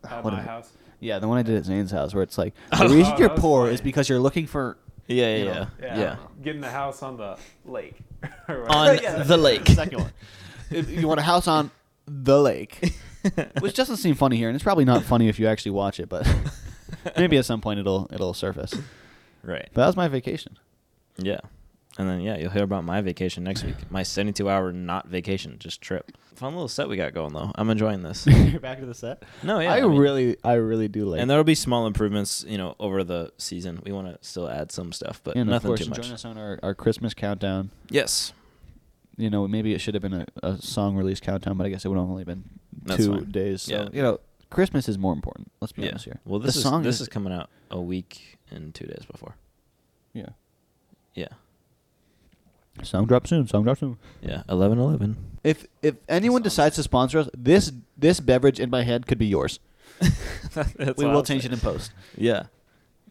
Speaker 3: At
Speaker 2: what
Speaker 3: my
Speaker 2: am I-
Speaker 3: house.
Speaker 2: yeah the one I did at Zane's house where it's
Speaker 3: [laughs]
Speaker 2: like the reason
Speaker 3: Oh,
Speaker 2: you're
Speaker 3: that was
Speaker 2: poor
Speaker 3: funny.
Speaker 2: is because you're looking for
Speaker 1: yeah,
Speaker 2: You
Speaker 1: yeah,
Speaker 2: know,
Speaker 1: yeah,
Speaker 3: Yeah.
Speaker 1: yeah.
Speaker 3: Getting a house on the lake. [laughs]
Speaker 1: On
Speaker 2: [laughs] Yeah,
Speaker 1: the lake.
Speaker 2: second one. if you
Speaker 3: [laughs]
Speaker 2: want a house on the lake, which doesn't seem funny here, and it's probably not funny if you actually watch it,
Speaker 3: [laughs]
Speaker 2: but maybe at some point it'll it'll surface.
Speaker 1: [laughs] Right.
Speaker 2: But that was my vacation.
Speaker 1: Yeah. And then yeah, you'll hear about my vacation next week. My 72-hour not vacation, just trip. Fun little set we got going though. I'm enjoying this.
Speaker 2: [laughs] Back to the set.
Speaker 1: No, yeah.
Speaker 2: I,
Speaker 1: mean-
Speaker 2: really, I really do like.
Speaker 1: and there'll be small improvements, you know, over the season. We want to still add some stuff, but
Speaker 2: and of
Speaker 1: nothing
Speaker 2: course,
Speaker 1: too much.
Speaker 2: join us on our, our Christmas countdown.
Speaker 1: Yes.
Speaker 2: You know, maybe it should have been a, a song release countdown, but I guess it would have only been
Speaker 1: That's
Speaker 2: two
Speaker 1: fine.
Speaker 2: days. So
Speaker 1: Yeah.
Speaker 2: you know, Christmas is more important. Let's be
Speaker 1: Yeah.
Speaker 2: honest here.
Speaker 1: Well, this
Speaker 2: the
Speaker 1: is
Speaker 2: song
Speaker 1: this is coming out a week and 2 days before.
Speaker 2: yeah.
Speaker 1: Yeah.
Speaker 2: Song drop soon. Song drop soon.
Speaker 1: Yeah, [laughs] 11-11.
Speaker 2: If if anyone decides to sponsor us, this this beverage in my head could be yours. we will change it in post.
Speaker 1: Yeah.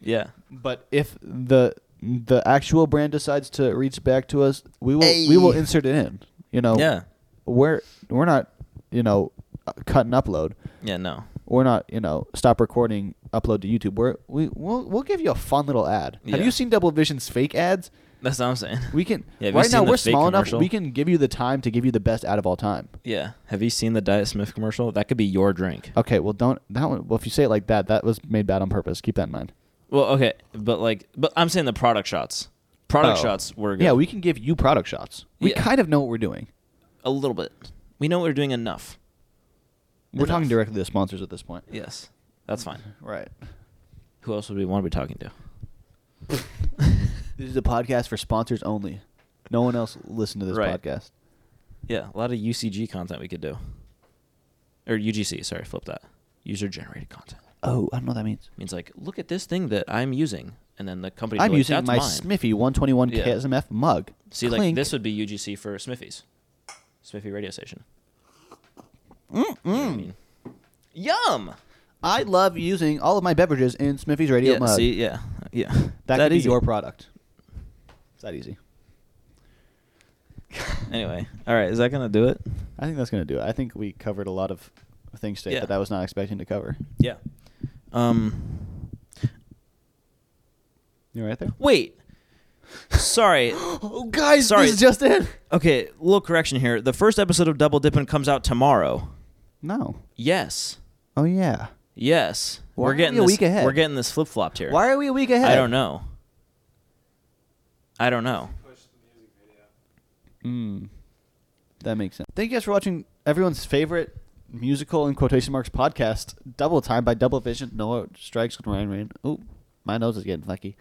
Speaker 1: Yeah.
Speaker 2: But if the the actual brand decides to reach back to us, we will we will insert it in. You know,
Speaker 1: Yeah.
Speaker 2: we're we're not you know uh, cut and upload.
Speaker 1: Yeah, no.
Speaker 2: We're not you know stop recording, upload to YouTube. We're we we'll, we'll give you a fun little ad. Have
Speaker 1: Yeah.
Speaker 2: you seen Double Vision's fake ads?
Speaker 1: That's what I'm saying.
Speaker 2: We can
Speaker 1: Yeah, have you
Speaker 2: right now
Speaker 1: seen the
Speaker 2: we're
Speaker 1: fake
Speaker 2: small
Speaker 1: commercial?
Speaker 2: enough. We can give you the time to give you the best out of all time.
Speaker 1: Yeah. Have you seen the Diet Smith commercial? That could be your drink.
Speaker 2: Okay, well don't that one. Well, if you say it like that, that was made bad on purpose. Keep that in mind.
Speaker 1: Well, okay, but like, but I'm saying the product shots. Product
Speaker 2: Oh.
Speaker 1: shots were good.
Speaker 2: Yeah, we can give you product shots. We
Speaker 1: Yeah.
Speaker 2: kind of know what we're doing.
Speaker 1: a little bit. We know we're doing enough.
Speaker 2: We're talking
Speaker 1: Enough.
Speaker 2: directly to sponsors at this point.
Speaker 1: Yes, that's fine.
Speaker 2: Right.
Speaker 1: Who else would we want to be talking to?
Speaker 2: This is a podcast for sponsors only. No one else listen to this
Speaker 1: Right.
Speaker 2: podcast.
Speaker 1: Yeah, a lot of UCG content we could do, or UGC. Sorry, flip that. User generated content
Speaker 2: Oh, I don't know what that means.
Speaker 1: means like, look at this thing that I'm using, and then the company.
Speaker 2: I'm
Speaker 1: like,
Speaker 2: using
Speaker 1: that's
Speaker 2: my
Speaker 1: mine.
Speaker 2: Smithy 121
Speaker 1: Yeah.
Speaker 2: KSMF mug.
Speaker 1: See, like
Speaker 2: Clink.
Speaker 1: this would be UGC for Smithies, Smithy radio station. Mm-mm. Yum.
Speaker 2: I love using all of my beverages in Smithy's radio
Speaker 1: Yeah.
Speaker 2: mug.
Speaker 1: See. Yeah. Yeah.
Speaker 2: that, could
Speaker 1: easy.
Speaker 2: be your product. It's that easy.
Speaker 1: Anyway, all right. Is that gonna do it?
Speaker 2: I think that's gonna do it. I think we covered a lot of things today
Speaker 1: Yeah.
Speaker 2: that I was not expecting to cover.
Speaker 1: Yeah. Um.
Speaker 2: You right there?
Speaker 1: Wait. [gasps] Sorry.
Speaker 2: Oh, guys,
Speaker 1: Sorry.
Speaker 2: this is just it.
Speaker 1: okay. Little correction here. The first episode of Double Dippin' comes out tomorrow.
Speaker 2: No.
Speaker 1: Yes.
Speaker 2: Oh yeah.
Speaker 1: Yes.
Speaker 2: Why
Speaker 1: we're
Speaker 2: are
Speaker 1: getting
Speaker 2: we a
Speaker 1: this,
Speaker 2: week ahead?
Speaker 1: We're getting this flip flopped here.
Speaker 2: Why are we a week ahead?
Speaker 1: I don't know. I don't know.
Speaker 2: Mm. That makes sense. Thank you guys for watching everyone's favorite musical in quotation marks podcast, Double Time by Double Vision. Noah Strikes with Ryan Rain. Ooh, my nose is
Speaker 1: [laughs]
Speaker 2: getting flecky.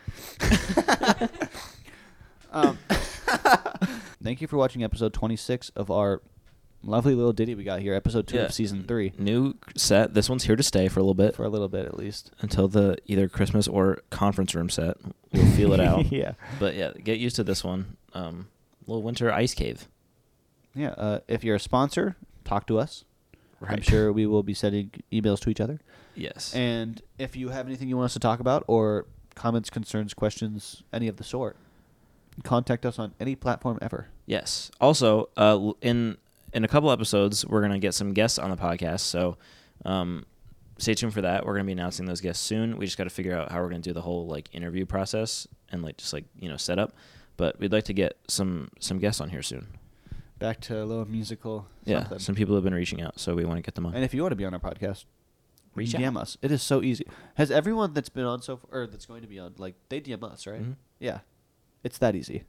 Speaker 2: um, [laughs] thank you for watching episode 26 of our lovely little ditty we got here, episode 2
Speaker 1: Yeah.
Speaker 2: of season 3,
Speaker 1: New Uh. set. This one's here to stay for a little bit
Speaker 2: for a little bit at least.
Speaker 1: until the either Christmas or conference room set. We'll
Speaker 2: [laughs]
Speaker 1: feel it out.
Speaker 2: yeah.
Speaker 1: But yeah, get used to this one. Um, little winter ice cave.
Speaker 2: Yeah. Uh, if you're a sponsor, talk to us. I'm
Speaker 1: Right.
Speaker 2: sure we will be sending emails to each other.
Speaker 1: Yes.
Speaker 2: And if you have anything you want us to talk about or comments, concerns, questions, any of the sort, contact us on any platform ever.
Speaker 1: Yes. Also, uh, l- in in a couple episodes, we're gonna get some guests on the podcast. So, um, stay tuned for that. We're gonna be announcing those guests soon. We just got to figure out how we're gonna do the whole like interview process and like just like you know setup. But we'd like to get some some guests on here soon.
Speaker 2: Back to a little musical.
Speaker 1: Yeah,
Speaker 2: something.
Speaker 1: some people have been reaching out, so we want to get them on.
Speaker 2: And if you want to be on our podcast,
Speaker 1: Reach
Speaker 2: DM
Speaker 1: out.
Speaker 2: us. It is so easy. Has everyone that's been on so far, or that's going to be on, like, they DM us, right?
Speaker 1: Mhm.
Speaker 2: Yeah. It's that easy.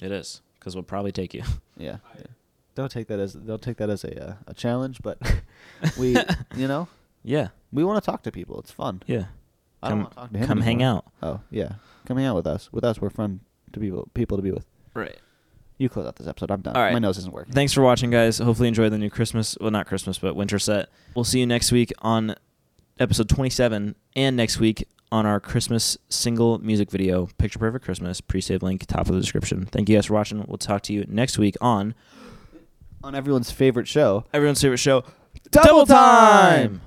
Speaker 1: It is because we'll probably take you. [laughs]
Speaker 2: Yeah.
Speaker 3: I-
Speaker 2: Don't take that as don't take that as a uh, a challenge, but [laughs] we you know
Speaker 1: Yeah,
Speaker 2: we want to talk to people. It's fun.
Speaker 1: yeah.
Speaker 2: I don't
Speaker 1: come
Speaker 2: want to talk to him.
Speaker 1: come hang
Speaker 2: anymore.
Speaker 1: out.
Speaker 2: Oh yeah, come hang out with us. With us, we're fun to people people to be with.
Speaker 1: Right.
Speaker 2: You close out this episode. I'm done.
Speaker 1: All right.
Speaker 2: My nose isn't working.
Speaker 1: Thanks for watching, guys. Hopefully, you enjoyed the new Christmas. Well, not Christmas, but winter set. We'll see you next week on episode 27 and next week on our Christmas single music video, Picture Perfect Christmas. Pre save link, top of the description. Thank you guys for watching. We'll talk to you next week on
Speaker 2: On everyone's favorite show.
Speaker 1: everyone's favorite show,
Speaker 2: Double Time!